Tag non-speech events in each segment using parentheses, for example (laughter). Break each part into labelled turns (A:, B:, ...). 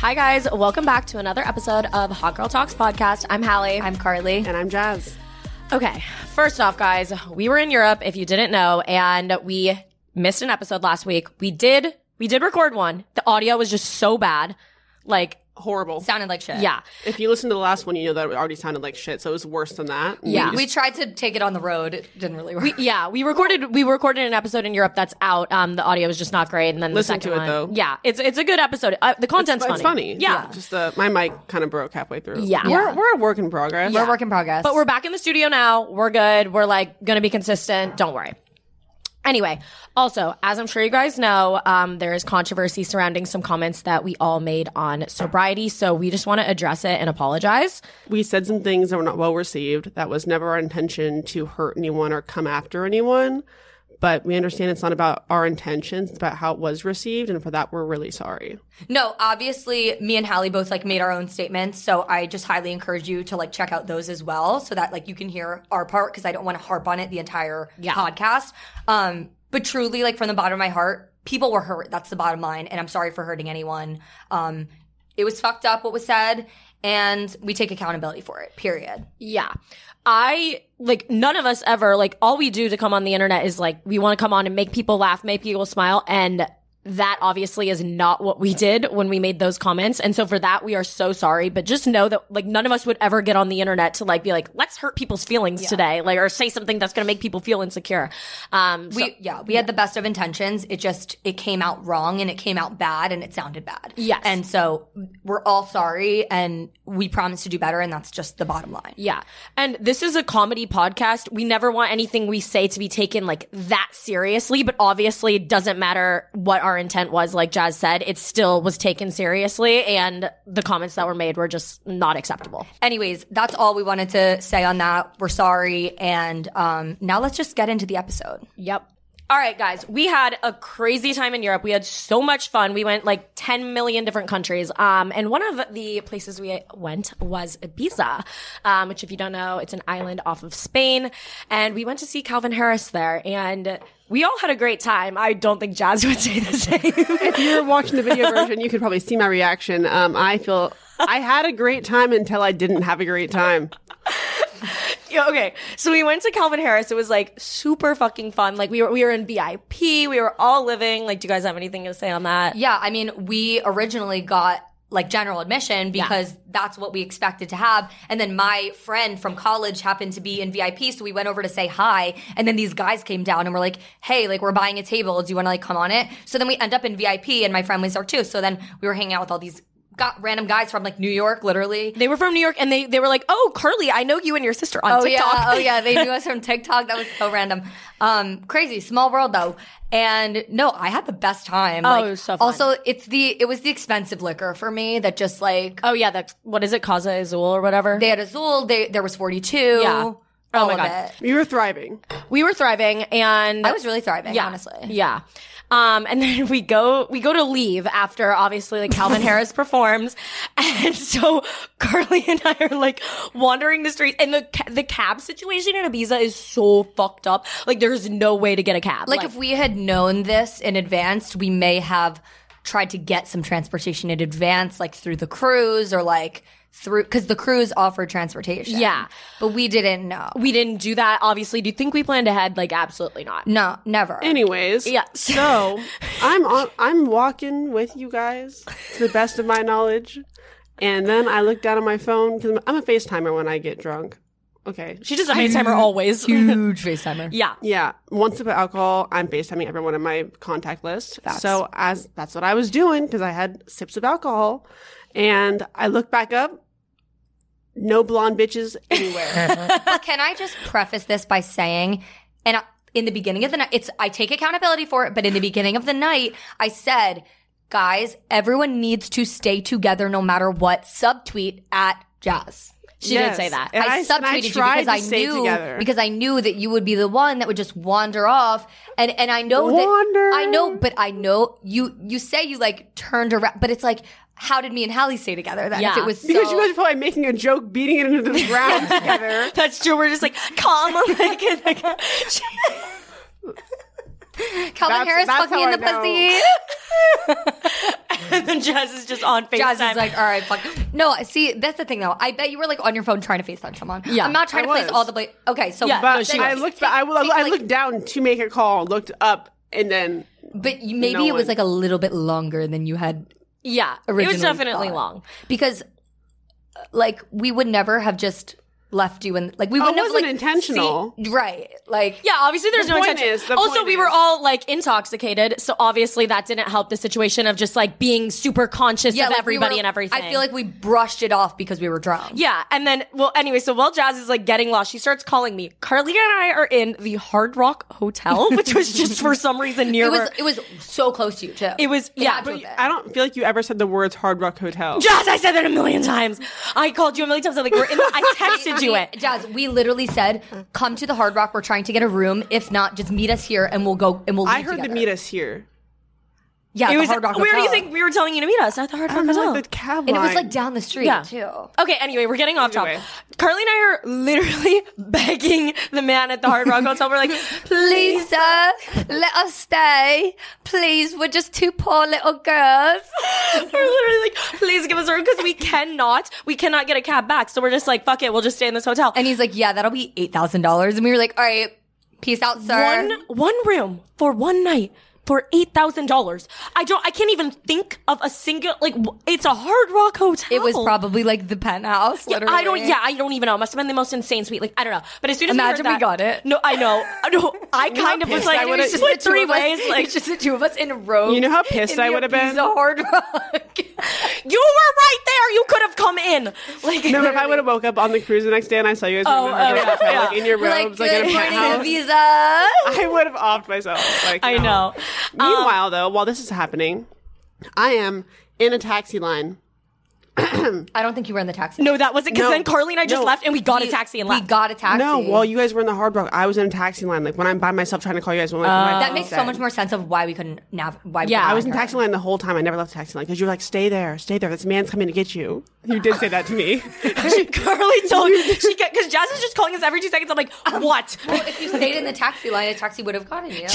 A: Hi, guys. Welcome back to another episode of Hot Girl Talks podcast. I'm Hallie. I'm Carly.
B: And I'm Jazz.
A: Okay. First off, guys, we were in Europe, if you didn't know, and we missed an episode last week. We did, we did record one. The audio was just so bad. Like,
B: Horrible.
C: sounded like shit.
A: yeah.
B: If you listen to the last one, you know that it already sounded like shit, so it was worse than that.
A: Yeah.
C: We tried to take it on the road. It didn't really work.
A: Yeah, we recorded we recorded an episode in Europe that's out. Um, the audio was just not great, and then
B: Listen
A: the second
B: to it,
A: one-
B: though.
A: Yeah, it's it's a good episode. Uh, the content's
B: But it's funny.
A: Yeah.
B: Just uh, my mic kind of broke halfway through.
A: Yeah.
B: We're, we're a work in progress.
C: We're a work in progress.
A: But we're back in the studio now. We're good. We're like going to be consistent. Don't worry. Anyway, also, as I'm sure you guys know, um, there is controversy surrounding some comments that we all made on sobriety. So we just want to address it and apologize.
B: We said some things that were not well received. That was never our intention to hurt anyone or come after anyone. But we understand it's not about our intentions, it's about how it was received. And for that, we're really sorry.
C: no, obviously, me and Hallie both like made our own statements. So I just highly encourage you to like check out those as well, so that like you can hear our part because I don't want to harp on it the entire podcast. Um, but truly, like from the bottom of my heart, people were hurt. That's the bottom line, and I'm sorry for hurting anyone. Um, it was fucked up what was said, and we take accountability for it. Period.
A: Yeah. I like none of us ever like all we do to come on the internet is like we want to come on and make people laugh, make people smile and that obviously is not what we did when we made those comments. And so for that we are so sorry, but just know that like none of us would ever get on the internet to like be like let's hurt people's feelings today, like or say something that's going to make people feel insecure. Um so-
C: we yeah we had the best of intentions it just it came out wrong and it came out bad and it sounded bad
A: Yes.
C: and so we're all sorry and we promise to do better and that's just the bottom line
A: Yeah. And this is a comedy podcast. We never want anything we say to be taken like that seriously, but obviously it doesn't matter what our intent was. Like Jazz said, it still was taken seriously. And the comments that were made were just not acceptable.
C: anyways that's all we wanted to say on that we're sorry and um, now let's just get into the episode
A: Yep. All right, guys, we had a crazy time in Europe. We had so much fun. We went like 10 million different countries. Um, and one of the places we went was Ibiza, um, which if you don't know, it's an island off of Spain. And we went to see Calvin Harris there and we all had a great time. I don't think Jazz (laughs) would say the same. (laughs)
B: If you're watching the (laughs) video version, you could probably see my reaction. Um, I feel I had a great time until I didn't have a great time.
A: Yeah, okay. So we went to Calvin Harris. It was like super fucking fun. Like we were, we were in VIP. We were all living. Like, do you guys have anything to say on that?
C: yeah i mean we originally got like general admission because that's what we expected to have and then my friend from college happened to be in vip so we went over to say hi and then these guys came down and were like hey like we're buying a table do you want to like come on it so then we end up in vip and my friend was there too so then we were hanging out with all these got random guys from like new york literally
A: They were from New York and they, they were like, oh, Curly, I know you and your sister on
C: oh,
A: TikTok.
C: Yeah,
A: (laughs)
C: oh yeah, they knew us from TikTok. That was so random. Um, crazy, small world though. And no, I had the best time. Oh, like,
A: it was so fun.
C: Also, it's the it was the expensive liquor for me that just like
A: Oh yeah, that's what is it, Casa Azul or whatever.
C: they had Azul. They there was forty two.
A: Yeah.
C: Yeah.
A: Oh
C: all
A: my
C: of
A: God.
C: it.
B: You were thriving.
A: we were thriving, and
C: I was really thriving,
A: yeah,
C: honestly.
A: yeah. Um, and (laughs) then we go we go to leave after obviously like
C: (laughs)
A: Calvin Harris performs, and so Carly and I are like wandering the streets, and the ca- the cab situation in Ibiza is so fucked up. Like there's no way to get a cab.
C: Like, if we had known this in advance, we may have tried to get some transportation in advance, like through the cruise or like through because the cruise offered transportation.
A: Yeah.
C: but we didn't know.
A: we didn't do that, obviously. Do you think we planned ahead? Like absolutely not.
C: No, never.
B: Anyways,
A: Yeah. (laughs)
B: So I'm on, I'm walking with you guys to the best of my knowledge, and then I look down at my phone because I'm a FaceTimer when I get drunk. Okay.
A: She does a FaceTimer always. (laughs)
C: Huge FaceTimer.
A: yeah.
B: Yeah. Once about alcohol, I'm FaceTiming everyone in my contact list. so as that's what I was doing because I had sips of alcohol, and I look back up. No blonde bitches anywhere.
C: But can I just preface this by saying, and I, in the beginning of the night, it's I take accountability for it, but in the beginning of the night, I said, guys, everyone needs to stay together no matter what. Subtweet at Jazz.
A: She
B: Yes.
A: did say that.
B: And
C: I,
B: I- and I
C: subtweeted you
B: tried
C: because
B: to
C: I
B: stay
C: knew
B: together.
C: because I knew that you would be the one that would just wander off, and and I know
B: Wander.
C: that I know, but I know you you say you like turned around, but it's like how did me and Hallie stay together then? If
A: Yeah.
C: it was so,
B: Because you guys are probably making a joke, beating it into the ground (laughs) together.
A: That's true. We're just like calm. (laughs) like, like,
C: Calvin
B: That's-
C: Harris
B: that's
C: fucked me
B: how
C: in the
B: I know.
C: pussy.
A: and then Jazz is just on FaceTime.
C: Jazz is like, all right, fuck. No, see, that's the thing though. I bet you were like on your phone trying to FaceTime someone.
A: Yeah.
C: I'm not
B: I
C: trying to place
B: was.
C: all the blame. Okay, so
A: Yeah, no,
B: But
A: she
B: I
A: was.
B: looked. I, I,
C: Take,
B: I
C: like-
B: looked down to make a call, looked up, and then
C: But you, maybe
B: No
C: it was
B: one.
C: like a little bit longer than you had
A: yeah, it
C: originally.
A: was definitely
C: thought.
A: long.
C: because, uh, like, we would never have just left you and like we
B: Oh,
C: would
B: it
C: never
B: wasn't
C: like
B: intentional.
C: see- right? Like,
A: Yeah, obviously there's
B: The
A: no
B: point
A: intention.
B: is- the
A: also,
B: point
A: we were
B: is-
A: all like intoxicated, so obviously that didn't help the situation of just like being super conscious of
C: like, we
A: everybody
C: were-
A: and everything.
C: I feel like we brushed it off because we were drunk.
A: Yeah, and then well, anyway, so while Jazz is like getting lost, she starts calling me. Carly and I are in the Hard Rock Hotel, (laughs) which was just for some reason near.
C: it was
A: where-
C: it was so close to you too.
A: It was- yeah,
C: had to
A: but
C: have been.
B: I don't feel like you ever said the words Hard Rock Hotel.
A: Jazz, I said that a million times. I called you a million times. I'm like, we're in. The, I texted you
C: We-
A: (laughs) it.
C: Jazz, we literally said, "Come to the Hard Rock. We're trying to get a room. If not, just meet us here, and we'll go and we'll."
B: I
C: leave
B: heard
C: together.
B: to meet us here.
C: Yeah,
A: It
C: the
A: was.
C: Hard Rock.
A: where do you
C: Hotel.
A: think we were telling you to meet us at the Hard Rock
B: I
A: Hotel?
B: don't like the cab
C: And it was
B: line.
C: like down the street too.
A: Okay, anyway, we're getting off
B: way.
A: topic. Carly and I are literally (laughs) begging the man at the Hard Rock Hotel. We're like,
C: Please, sir, let us stay. Please, we're just two poor little girls.
A: we're literally like, please give us a room because we cannot, we cannot get a cab back. So we're just like, fuck it, we'll just stay in this hotel.
C: And he's like, "Yeah, that'll be eight thousand dollars." And we were like, "All right, peace out, sir."
A: one one room for one night for eight thousand dollars. I don't. I can't even think of a single like. w- It's a Hard Rock Hotel.
C: it was probably like the penthouse.
A: Yeah,
C: Literally.
A: I don't. Yeah, I don't even know. It must have been the most insane suite. Like I don't know. But as soon as
C: Imagine
A: we,
C: we
A: heard that-
C: got it.
A: No, I know. I know. I kind of was like,
C: it was just
A: split
C: the two
A: three
C: of us-
A: ways.
C: (laughs) it
A: Like
C: was just the two of us in robes.
B: You know how pissed
C: in
B: I
C: the
B: would've been?
C: Ibiza Hard Rock. (laughs)
A: You were right there. You could have come in. Like
B: No, but if I would have woke up on the cruise the next day and I saw you guys
A: Oh,
B: in the Hard
A: oh,
B: Rock Hotel,
A: yeah.
B: like in your
C: we're like,
B: robes, like,
C: "Good
B: in a
C: morning,
B: penthouse,
C: Ibiza."
B: I would have offed myself. Like,
A: I
B: no.
A: know.
B: Meanwhile,
C: Um,
B: though, while this is happening, I am in a taxi line.
C: I don't think you were in the taxi.
A: No, that wasn't because
B: No.
A: then Carly and I just
B: No.
A: left and we got
C: we,
A: a taxi and
C: we
A: left.
C: got a taxi.
B: No, while you guys were in the Hard Rock, I was in a taxi line. Like when I'm by myself trying to call you guys, I'm like, am I
C: Oh. that makes so
B: dead?
C: much more sense of why we couldn't nav. Why we
A: Yeah,
C: couldn't
A: I
B: I was in
C: find her.
B: taxi line the whole time. I never left the taxi line because you were like, "Stay there, stay there. This man's coming to get you." You did say that to
C: (laughs)
B: me.
A: (laughs) Carly
B: (laughs)
A: told she because Jazz is just calling us every two seconds. I'm like, what?
C: If you stayed in the taxi line, a taxi would have
A: (laughs)
C: gotten you.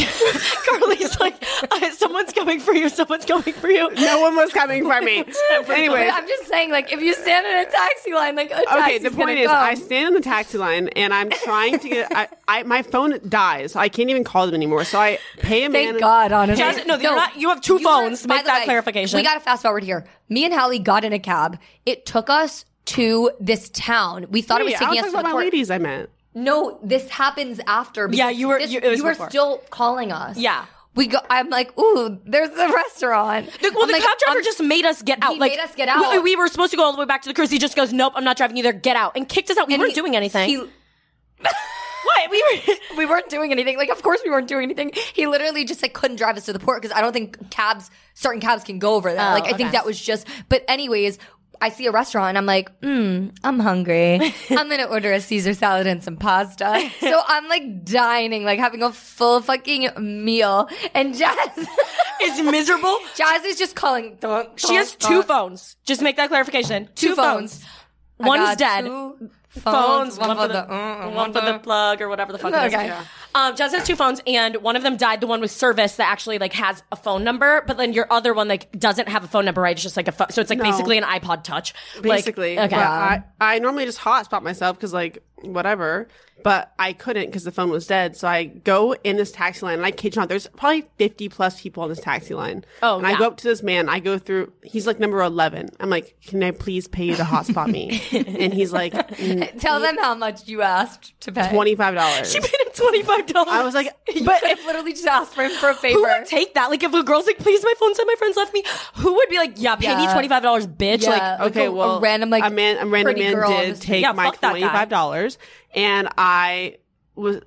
A: Carly's like, uh, someone's coming for you. Someone's coming for you.
B: no one was coming for
C: (laughs)
B: me. anyway,
C: I'm just saying, like, if you stand in a taxi line, like, a
B: okay.
C: taxi's
B: The point
C: gonna
B: is,
C: come.
B: I stand in the taxi line and I'm trying to get. I, I my phone dies. I can't even call them anymore. So I pay a man.
C: Thank God, honestly.
A: Jazz- no, you're not- you have two phones.
C: by
A: Make
C: the
A: that clarification.
C: We got to fast forward here. Me and Hallie got in a cab. It took us to this town. We thought
B: Wait,
C: it was
B: I was
C: taking us
B: talking
C: to the
B: about my
C: court.
B: ladies. I meant.
C: No, this happens after. because
A: Yeah, you were-
C: This,
A: you- it was
C: were
A: before.
C: still calling us.
A: Yeah.
C: We go. I'm like, ooh, there's a restaurant.
A: The, well,
C: I'm
A: the
C: like,
A: cab driver
C: I'm-
A: just made us get out.
C: He
A: like,
C: made us get
A: We,
C: out.
A: we were supposed to go all the way back to the cruise. He just goes, "Nope, I'm not driving you there. Get out!" and kicked us out. We
C: and
A: weren't
C: he-
A: doing anything.
C: he-
A: what? We were. (laughs)
C: we weren't doing anything. Like, of course we weren't doing anything. He literally just like couldn't drive us to the port because I don't think cabs, certain cabs can go over that.
A: Oh,
C: like, I
A: okay.
C: think that was just. But anyways, I see a restaurant and I'm like, mm, I'm hungry.
A: (laughs)
C: I'm gonna order a Caesar salad and some pasta. so I'm like dining, like having a full fucking meal. And (laughs) Jazz,
A: It's
C: (laughs)
A: miserable.
C: Jazz is just calling. "Thunk,
A: She
C: thunk,
A: has two
C: thunk."
A: phones. Just make that clarification. Two,
C: Two
A: phones.
C: phones. I
A: One's
C: got
A: dead.
C: two
A: Phones,
C: one, for the, mm, and
A: one for the plug or whatever the fuck. It is.
C: Okay. Yeah.
A: Um, Jess has two phones, and one of them died. The one with service that actually like has a phone number, but then your other one like doesn't have a phone number. Right? It's just like a phone. so it's like
B: No.
A: basically an iPod Touch. Like,
B: Basically,
A: okay.
B: But I, I normally just hotspot myself because like whatever, but I couldn't because the phone was dead. So I go in this taxi line, and I kid you not, there's probably fifty plus people on this taxi line.
A: Oh,
B: and
A: yeah.
B: I go up to this man. I go through. He's like number eleven. I'm like, can I please pay you to hotspot me?
C: (laughs)
B: and he's like,
C: Tell them how much you asked to pay. (laughs)
B: twenty five dollars.
A: she paid him twenty five dollars.
B: I was like,
C: But
B: but
C: I literally just asked for him for a favor.
A: Who would take that? Like, if a girl's like, "Please, my phone said my friends left me," who would be like, "Yeah, pay me
C: Yeah.
A: twenty five dollars, bitch"?
C: Yeah.
A: Like,
C: Like
B: okay,
C: a- a
B: well,
C: random, like,
B: a man, a random
C: pretty
B: man
C: girl on the
B: did
C: street.
B: take
A: Yeah,
B: my
A: fuck that guy.
B: twenty five dollars, and I was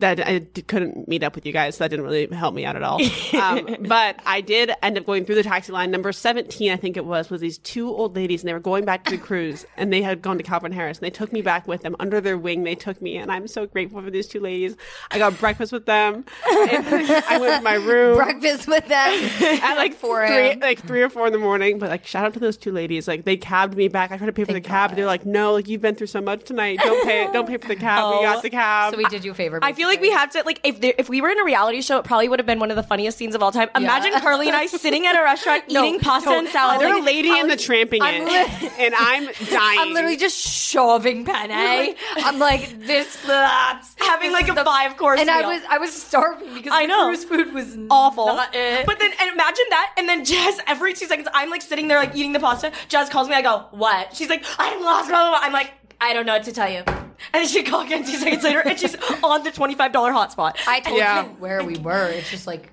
B: that I d- couldn't meet up with you guys. So that didn't really help me out at
C: (laughs)
B: all. Um, but I did end up going through the taxi line. Number 17, I think it was, was these two old ladies and they were going back
C: (laughs)
B: to the cruise and they had gone to Calvin Harris and they took me back with them under their wing. They took me and I'm so grateful for these two ladies. I got breakfast with
C: (laughs)
B: them. And I went to my room
C: breakfast with them
A: (laughs)
B: at like
C: (laughs) four
B: three,
C: a.m.
B: like three or four in the morning. But like, shout out to those two ladies. Like, they cabbed me back. I tried to pay for the cab. They're like, no, like you've been through so much tonight. Don't pay
C: (laughs)
B: it. Don't pay for the cab. we got the cab.
C: Oh, So we did you a favor.
A: Um, I feel like we have to like if there, if we were in a reality show, it probably would have been one of the funniest scenes of all time. Imagine Carly and I sitting at a
C: (laughs)
A: restaurant eating pasta and salad.
B: They're
A: Like,
B: a lady in the tramping
C: I'm
B: it,
C: li-
B: (laughs) and I'm dying.
C: (laughs) I'm literally just shoving penne. I'm like this slaps.
A: (laughs) (laughs) having
C: This
A: like
C: is
A: a
C: the-
A: five course.
C: and I was I was starving because
A: I
C: the
A: know.
C: cruise food was
A: awful.
C: Not it.
A: But then and imagine that, and then Jazz every two seconds, I'm like sitting there like eating the pasta. Jazz calls me, I go, "What?" She's like, "I'm lost." Blah, blah, blah." I'm like, "I don't know what to tell you." And then she called again two seconds later, and
C: (laughs)
A: she's on the twenty five dollar hotspot.
C: I told
B: Yeah.
C: you where we were. It's just like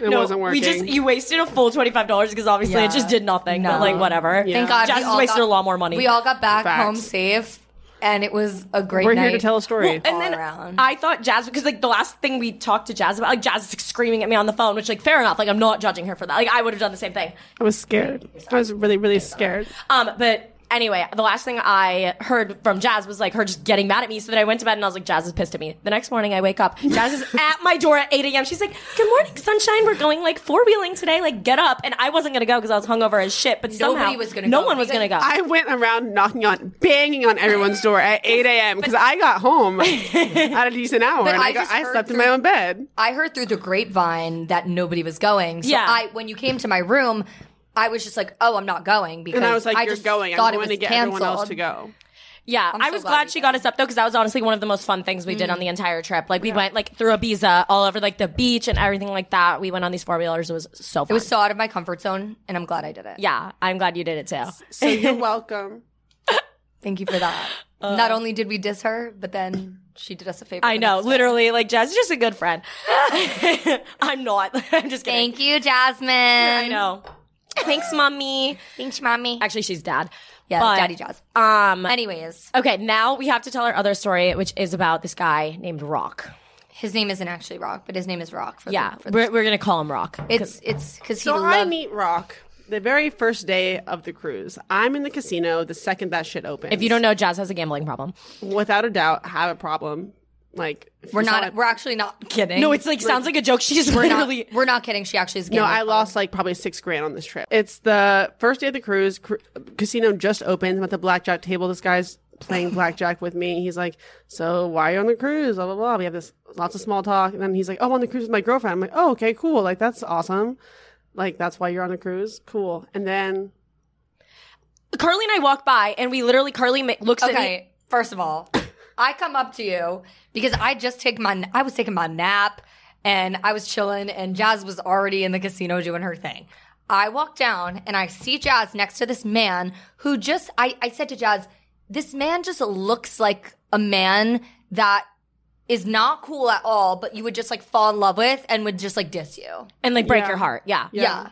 B: it wasn't working.
A: We just you wasted a full twenty five dollars because obviously
C: Yeah.
A: it just did nothing.
C: No.
A: But like whatever.
C: thank God.
A: Jazz
C: we
A: has
C: all
A: wasted
C: got-
A: a lot more money.
C: We all got back
B: Facts.
C: home safe, and it was a great.
B: We're
C: night.
B: here to tell a story.
A: and
C: all
A: then
C: around.
A: I thought Jazz because like the last thing we talked to Jazz about, like Jazz is like, screaming at me on the phone, which like fair enough. Like I'm not judging her for that. Like I would have done the same thing.
B: I was scared. I was really, really scared.
A: Um, but anyway, the last thing I heard from Jazz was like her just getting mad at me. So then I went to bed and I was like, Jazz is pissed at me. The next morning I wake up, Jazz is at my door at 8 a.m. She's like, Good morning, sunshine. We're going like four wheeling today. Like, get up. And I wasn't gonna go because I was hungover as shit. But
C: Nobody
A: somehow
C: was gonna
A: no
C: go
A: one was gonna
C: because
A: go.
B: I went around knocking on, banging on everyone's door
C: (laughs)
B: at 8 a.m. because I got home at a decent hour
C: But
B: and
C: I
B: I, got,
C: just
B: I
C: heard
B: slept in
C: through-
B: my own bed.
C: I heard through the grapevine that nobody was going. So
A: Yeah.
C: I when you came to my room, I was just like, "Oh, I'm not going." Because
B: And I was like, "You're
C: just
B: going. I'm
C: thought it
B: going
C: was
B: to get
C: canceled.
B: everyone else to go."
A: yeah,
C: I'm
A: I
C: so
A: was
C: glad
A: glad
C: we
A: she
C: did. Mm.
A: got us up though because that was honestly one of the most fun things we did on the entire trip. Like we went like through Ibiza, all over like the beach and everything like that. We went on these four wheelers. It was so fun.
C: It was so out of my comfort zone, and I'm glad I did it.
A: yeah, I'm glad you did it too.
B: So (laughs) you're welcome.
C: Thank you
A: (laughs)
C: for that. Not only did we diss her, but then she did us a favor.
A: Uh, I
C: the
A: know,
C: next day.
A: literally, like Jazz is just a good friend. (laughs) I'm not. (laughs) I'm just kidding.
C: Thank you, Jasmine. I
A: I know. Thanks, mommy.
C: Thanks, mommy.
A: Actually, she's dad.
C: yeah,
A: but-
C: Daddy Jazz.
A: Um.
C: Anyways,
A: Okay, now we have to tell our other story, which is about this guy named Rock.
C: his name isn't actually Rock, but his name is Rock. For the-
A: Yeah,
C: for the-
A: we're, we're gonna call him Rock.
C: it's it's because he
B: So I
C: loved.
B: meet Rock the very first day of the cruise. I'm in the casino the second that shit opens.
A: If you don't know, Jazz has a gambling problem.
B: without a doubt, have a problem. Like if
C: we're
B: you saw
C: not.
B: it-
C: We're actually not kidding.
A: No, it's like sounds like a joke. She's
C: we're not.
A: literally
C: We're not kidding. She actually is.
B: No,
C: gambling.
B: I lost like probably six grand on this trip. It's the first day of the cruise. Cr- casino just opened. I'm at the blackjack table. This guy's
A: (laughs)
B: playing blackjack with me. He's like, "So why are you on the cruise?" Blah blah blah. We have this lots of small talk, and then he's like, "Oh, I'm on the cruise with my girlfriend." I'm like, "Oh, okay, cool. Like that's awesome. Like that's why you're on the cruise. Cool." And then
A: Carly and I walk by, and we literally Carly ma- looks at me.
C: Okay, first of all, I come up to you because I just take my I was taking my nap and I was chilling and Jazz was already in the casino doing her thing. I walk down and I see Jazz next to this man who just I, I said to Jazz, this man just looks like a man that is not cool at all, but you would just like fall in love with and would just like diss you.
A: and like break
B: Yeah.
A: your heart. Yeah.
C: Yeah.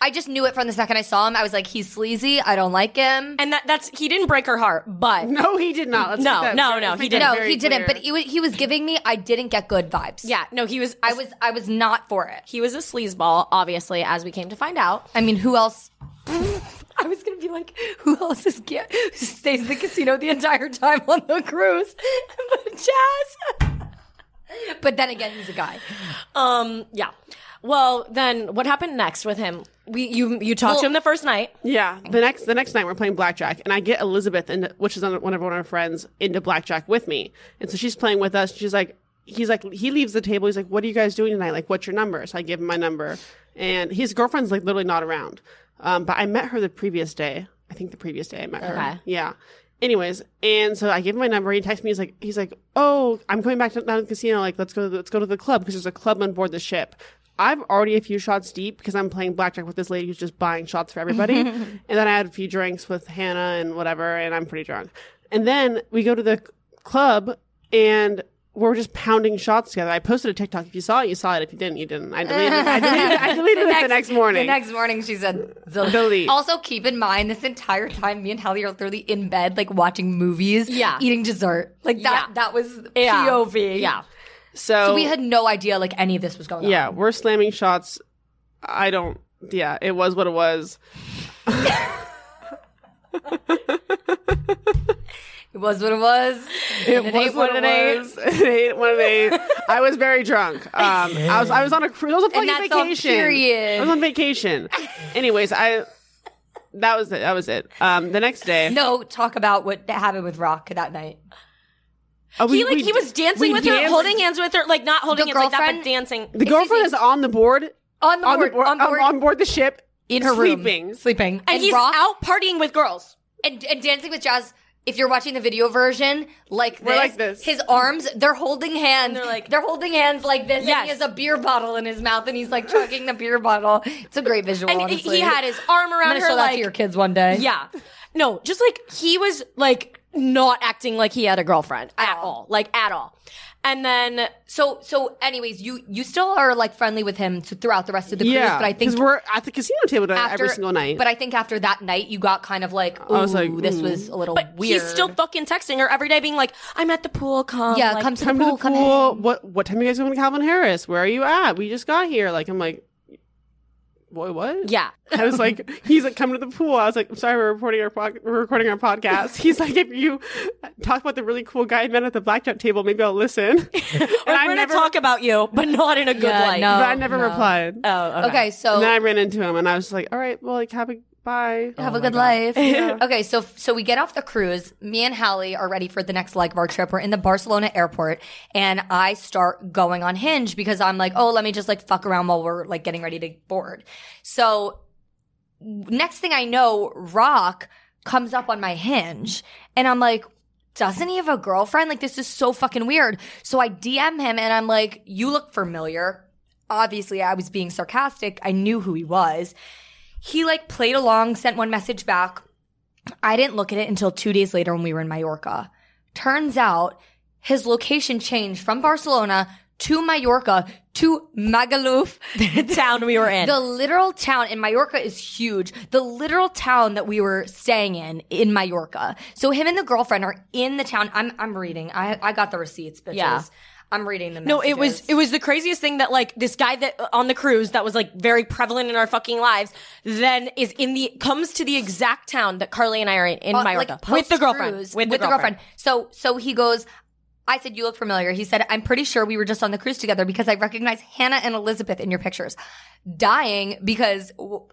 C: I just knew it from the second I saw him. I was like, he's sleazy. I don't like him.
A: And that that's he didn't break her heart, (laughs) but
B: (laughs) no, he did not. Let's
A: No,
B: make that
A: no,
B: very-
A: no,
B: let's
A: he
B: make that
A: didn't.
C: No,
B: very
C: he didn't.
B: clear.
C: But he was, he was giving me. I didn't get good vibes.
A: yeah, no, he was
C: I was I was not for it.
A: he was a sleazeball, obviously, as we came to find out.
C: I mean, who else? (laughs) I was gonna be like, who else is ga- who stays at the casino the entire time on the cruise? (laughs) but Jazz. (laughs) but then again, he's a guy.
A: Um, yeah. Well, then what happened next with him? We you you talked to him the first night.
B: Yeah, the next the next night we're playing blackjack, and I get Elizabeth, and which is one of one of our friends, into blackjack with me, and so she's playing with us. She's like, he's like, he leaves the table. He's like, "What are you guys doing tonight? Like, what's your number?" So I give him my number, and his girlfriend's like literally not around. Um, but I met her the previous day. I think the previous day I met
A: Okay.
B: her. Yeah. Anyways, and so I gave him my number. He texts me. He's like, he's like, "Oh, I'm coming back to down to the casino. Like, let's go. To the, let's go to the club because there's a club on board the ship." I'm already a few shots deep because I'm playing blackjack with this lady who's just buying shots for (laughs) everybody. and then I had a few drinks with Hannah and whatever, and I'm pretty drunk. And then we go to the c- club and we're just pounding shots together. I posted a TikTok. If you saw it, you saw it. If you didn't, you didn't. I deleted it. I deleted it, (laughs) I deleted it the next morning.
C: The next morning, she said,
B: Delete.
C: Also, keep in mind this entire time, me and Hallie are literally in bed, like watching movies,
A: Yeah.
C: eating dessert. Like that.
A: Yeah.
C: That was
A: Yeah.
C: POV.
A: Yeah.
B: So,
C: So we had no idea like any of this was going on.
B: yeah, we're slamming shots. I don't. Yeah, it was what it was.
C: It was what it was.
B: It
C: An
B: was
C: eight,
B: what it
C: one and eight.
B: was. (laughs) An eight, one and eight. I was very
C: (laughs)
B: drunk. Um, I was I was on a cruise. I was on
C: And
B: fucking
C: that's on
B: vacation.
C: period.
B: I was on vacation. Anyways, I that was it. That was it. Um, the next day,
C: No, talk about what happened with Rock that night.
B: oh, we-
A: he like
B: we-
A: he was dancing
B: we
A: with her,
B: danced-
A: holding hands with her, like not holding
C: The
A: hands like that, but
C: girlfriend-
A: dancing.
B: The girlfriend is on the board.
C: On the
B: on
C: board,
B: the board, um,
C: on board.
B: on board the ship
C: In her
B: sleeping.
C: room. Sleeping.
A: and, he's
C: Rock,
A: out partying with girls.
C: and, and dancing with Jazz. If you're watching the video version, like this,
B: We're like this.
C: his arms—they're holding hands.
A: they're like-
C: they're holding hands like this.
A: Yes.
C: And he has a beer bottle in his mouth, and he's like chugging the beer bottle. It's a great visual.
A: And he-
C: honestly.
A: he had his arm
C: I'm
A: around
C: gonna
A: her,
C: show that
A: like-
C: to your kids one day.
A: Yeah. No, just like he was like not acting like he had a girlfriend at
C: all.
A: all. Like at all. And then
C: So, so, anyways, you you still are like friendly with him to, throughout the rest of the cruise,
B: Yeah,
C: but I think
B: because we're at the casino table
C: after
B: every single night.
C: But I think after that night, you got kind of like, ooh,
B: was like,
C: this
B: ooh.
C: was a little weird.
A: he's still fucking texting her every day, being like, I'm at the pool, come.
C: yeah,
A: like,
C: come to the
B: come
C: pool,
B: to the
C: come
B: pool.
C: hang.
B: What what time are you guys going to Calvin Harris? Where are you at? We just got here. Like I'm like, boy, what?
A: Yeah.
B: I was like, (laughs) he's like, come to the pool. I was like, I'm sorry, we're reporting our pod- we're recording our podcast. (laughs) He's like, if you talk about the really cool guy I met at the blackjack table, maybe
A: (laughs)
B: I'll listen. and
A: Like,
B: I
A: we're
B: never,
A: gonna talk about you, but not in a good
C: Yeah,
A: light.
C: no.
B: but I never
C: no.
B: replied.
A: Oh, okay.
C: Okay, so
B: and then I ran into him, and I was just like, all right, well, like, have a bye.
A: Oh.
C: have a good life. Oh (laughs) Okay, so so we get off the cruise. Me and Hallie are ready for the next leg of our trip. We're in the Barcelona airport, and I start going on Hinge because I'm like, oh, let me just like fuck around while we're like getting ready to board. So next thing I know, Rock comes up on my Hinge, and I'm like. Doesn't he have a girlfriend? Like, this is so fucking weird. So I DM him and I'm like, you look familiar. Obviously, I was being sarcastic. I knew who he was he like played along, sent one message back. I didn't look at it until two days later when we were in Mallorca. Turns out his location changed from Barcelona to Mallorca to
A: (laughs)
C: Magaluf,
A: The town we were in.
C: the literal town in Mallorca is huge. The literal town that we were staying in in Mallorca. So him and the girlfriend are in the town. I'm I'm reading. I I got the receipts, bitches.
A: Yeah.
C: I'm reading the
A: No, it was
C: messages.
A: it was the craziest thing that like this guy that uh, on the cruise that was like very prevalent in our fucking lives then is in the comes to the exact town that Carly and I are in in
C: Uh,
A: Mallorca
C: like,
A: with the
C: post-cruise,
A: girlfriend with, the girlfriend.
C: So so he goes. I said you look familiar. He said I'm pretty sure we were just on the cruise together because I recognize Hannah and Elizabeth in your pictures. Dying because w-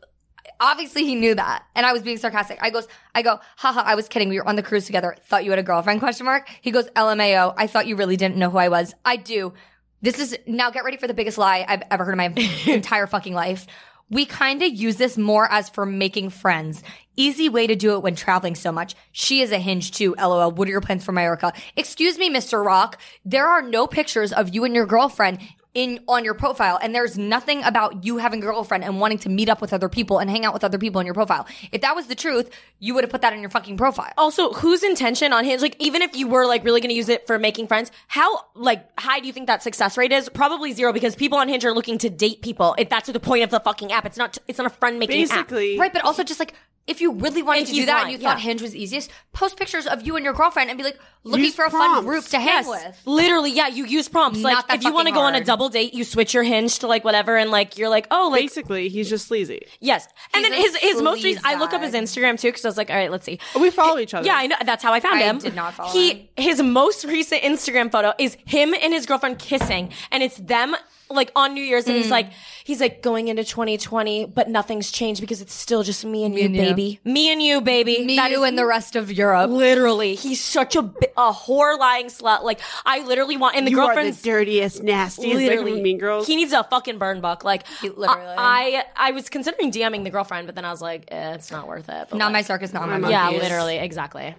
C: obviously he knew that, and I was being sarcastic. I goes I go haha I was kidding. We were on the cruise together. Thought you had a girlfriend? Question mark. He goes LMAO. I thought you really didn't know who I was. I do. This is now get ready for the biggest lie I've ever heard in my entire fucking life. We kind of use this more as for making friends. Easy way to do it when traveling so much. She is a hinge too. LOL. What are your plans for Mallorca? Excuse me, Mr. Rock. There are no pictures of you and your girlfriend in on your profile, and there's nothing about you having a girlfriend and wanting to meet up with other people and hang out with other people in your profile. If that was the truth, you would have put that in your fucking profile.
A: Also, whose intention on Hinge? Like, even if you were like really going to use it for making friends, how like high do you think that success rate is? Probably zero because people on Hinge are looking to date people. If that's the point of the fucking app, it's not. It's not a friend making app.
B: Basically,
C: Right, but also just like if you really wanted
A: If
C: to
A: you
C: do that
A: want,
C: and you thought
A: yeah.
C: Hinge was easiest, post pictures of you and your girlfriend and be like looking
B: Use
C: for a fun
B: prompts.
C: group to hang
A: Yes,
C: with.
A: literally, yeah. You use prompts
C: Not
A: like
C: that
A: if you want to
C: fucking
A: go on a
C: hard.
A: double date, you switch your Hinge to like whatever, and like you're like, oh, like
B: basically, he's just sleazy.
A: Yes. And
C: He's
A: then
C: a
A: his his most recent I look up
C: sleazebag.
A: his Instagram too because I was like, all right, let's see.
B: We follow each other.
A: Yeah, I know. That's how I found
C: I
A: him.
C: did not follow
A: he,
C: him.
A: His most recent Instagram photo is him and his girlfriend kissing, and it's them like on New Year's,
C: Mm.
A: and he's like, he's like going into 2020, but nothing's changed because it's still just me and you,
C: and you.
A: baby. Me and you, baby.
C: Me,
A: That
C: you,
A: is
C: and the rest of Europe.
A: Literally, he's such a bi- a whore lying slut. Like I literally want, and the
B: You are the
A: girlfriend's
B: dirtiest, nastiest. like from Mean Girls.
A: he needs a fucking burn book. Like,
C: literally.
A: I, I I was considering DMing the girlfriend, but then I was like, eh, it's not worth it. But
C: Not
A: like-
C: my circus, not my
A: Yeah,
C: monkeys.
A: literally, exactly.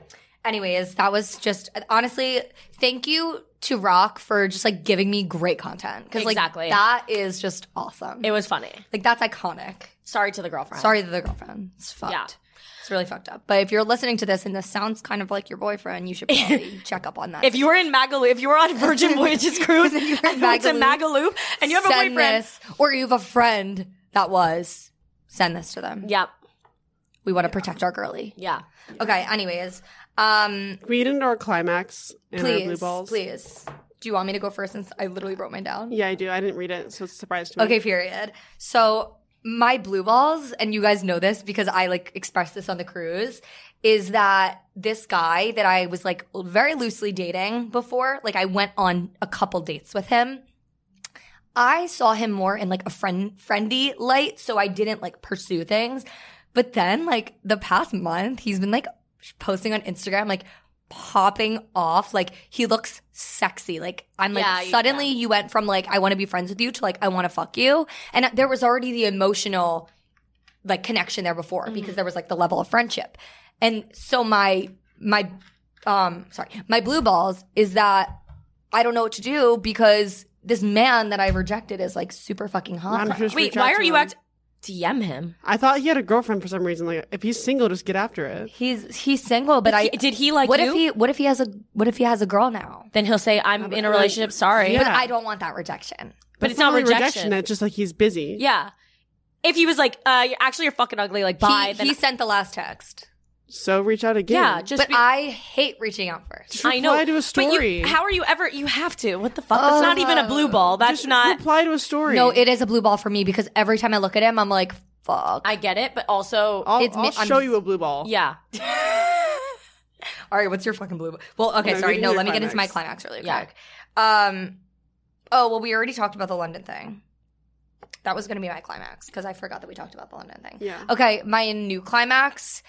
C: Anyways, that was just honestly, thank you to Rock for just like giving me great content because like
A: Exactly.
C: that is just awesome.
A: It was funny.
C: like that's iconic.
A: Sorry to the girlfriend.
C: Sorry to the girlfriend. It's fucked.
A: Yeah.
C: It's really fucked up. But if you're listening to this and this sounds kind of like your boyfriend,
A: (laughs)
C: you should probably check up on that.
A: If you were in Magaluf, if you were on
C: (laughs)
A: Virgin Voyages cruise, and you
C: you're in
A: went to
C: Magaluf,
A: Magaluf, and you have a
C: send
A: boyfriend,
C: this, or you have a friend that was, send this to them.
A: yeah,
C: We want to protect our girly.
A: yeah.
C: Okay. Anyways, um,
B: We didn't know our climax and our blue
C: please,
B: balls.
C: please. do you want me to go first since I literally wrote mine down?
B: Yeah, I do. I didn't read it, so it's a surprise to me.
C: Okay, period. So my blue balls, and you guys know this because I like expressed this on the cruise, is that this guy that I was like very loosely dating before, like I went on a couple dates with him. I saw him more in like a friend friendly light, so I didn't like pursue things. But then like the past month, he's been like posting on Instagram like popping off. Like he looks sexy. Like I'm like
A: Yeah, you-
C: suddenly you went from like I want to be friends with you to like I want to fuck you. And there was already the emotional like connection there before
A: Mm-hmm.
C: because there was like the level of friendship. And so my my um sorry, my blue balls is that I don't know what to do because this man that I rejected is like super fucking hot.
B: I'm just
A: Wait,
B: reach out
A: why
B: to
A: are you
B: him.
A: act? DM him.
B: I thought he had a girlfriend for some reason. Like, if he's single, just get after it.
C: He's he's single, but I
A: He- did he like
C: what
A: you?
C: if he what if he has a what if he has a girl now?
A: then he'll say, "I'm in a relationship." Sorry,
B: Yeah.
C: But I don't want that rejection.
A: but
B: That's
A: it's not
B: really
A: rejection.
B: It's just like he's busy.
A: Yeah. If he was like, uh, you're actually you're fucking ugly, like bye,
C: he,
A: then
C: he sent the last text.
B: So reach out again.
A: yeah, just
C: But
A: be-
C: I hate reaching out first.
B: Just
A: I know.
B: reply to
A: But
B: a
A: you-
B: story. Uh,
A: how are you ever? You have to. What the fuck? That's not even a blue ball. That's
B: Just
A: not.
B: reply to a story.
C: No, it is a blue ball for me because every time I look at him, I'm like, fuck.
A: I get it, but also,
B: I'll,
C: it's
B: I'll
C: me- I'm-
B: show you a blue ball.
A: yeah,
C: All right, what's your fucking blue ball? Well, okay,
B: No,
C: sorry.
B: give me
C: No,
B: your
C: let me get into my climax really quick. Um, oh, well, we already talked about the London thing. That was going to be my climax because I forgot that we talked about the London thing.
B: Yeah.
C: Okay, my new climax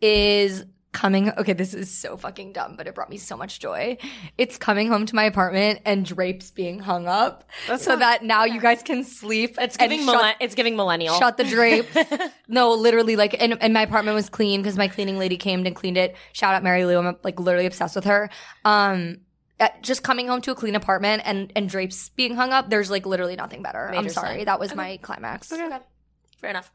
C: is coming. Okay, this is so fucking dumb, but it brought me so much joy. It's coming home to my apartment and drapes being hung up so that now you guys can sleep.
A: it's
C: and
A: giving
C: shut
A: millen- it's giving
C: (laughs)
A: millennial.
C: Shut the drapes. no, literally, like, and, and my apartment was clean because my cleaning lady came and cleaned it. Shout out Mary Lou. I'm like literally obsessed with her. Um, uh, just coming home to a clean apartment and and drapes being hung up. There's like literally nothing better. I'm
A: Major
C: sorry,
A: sign.
C: that was my climax.
A: Fair enough.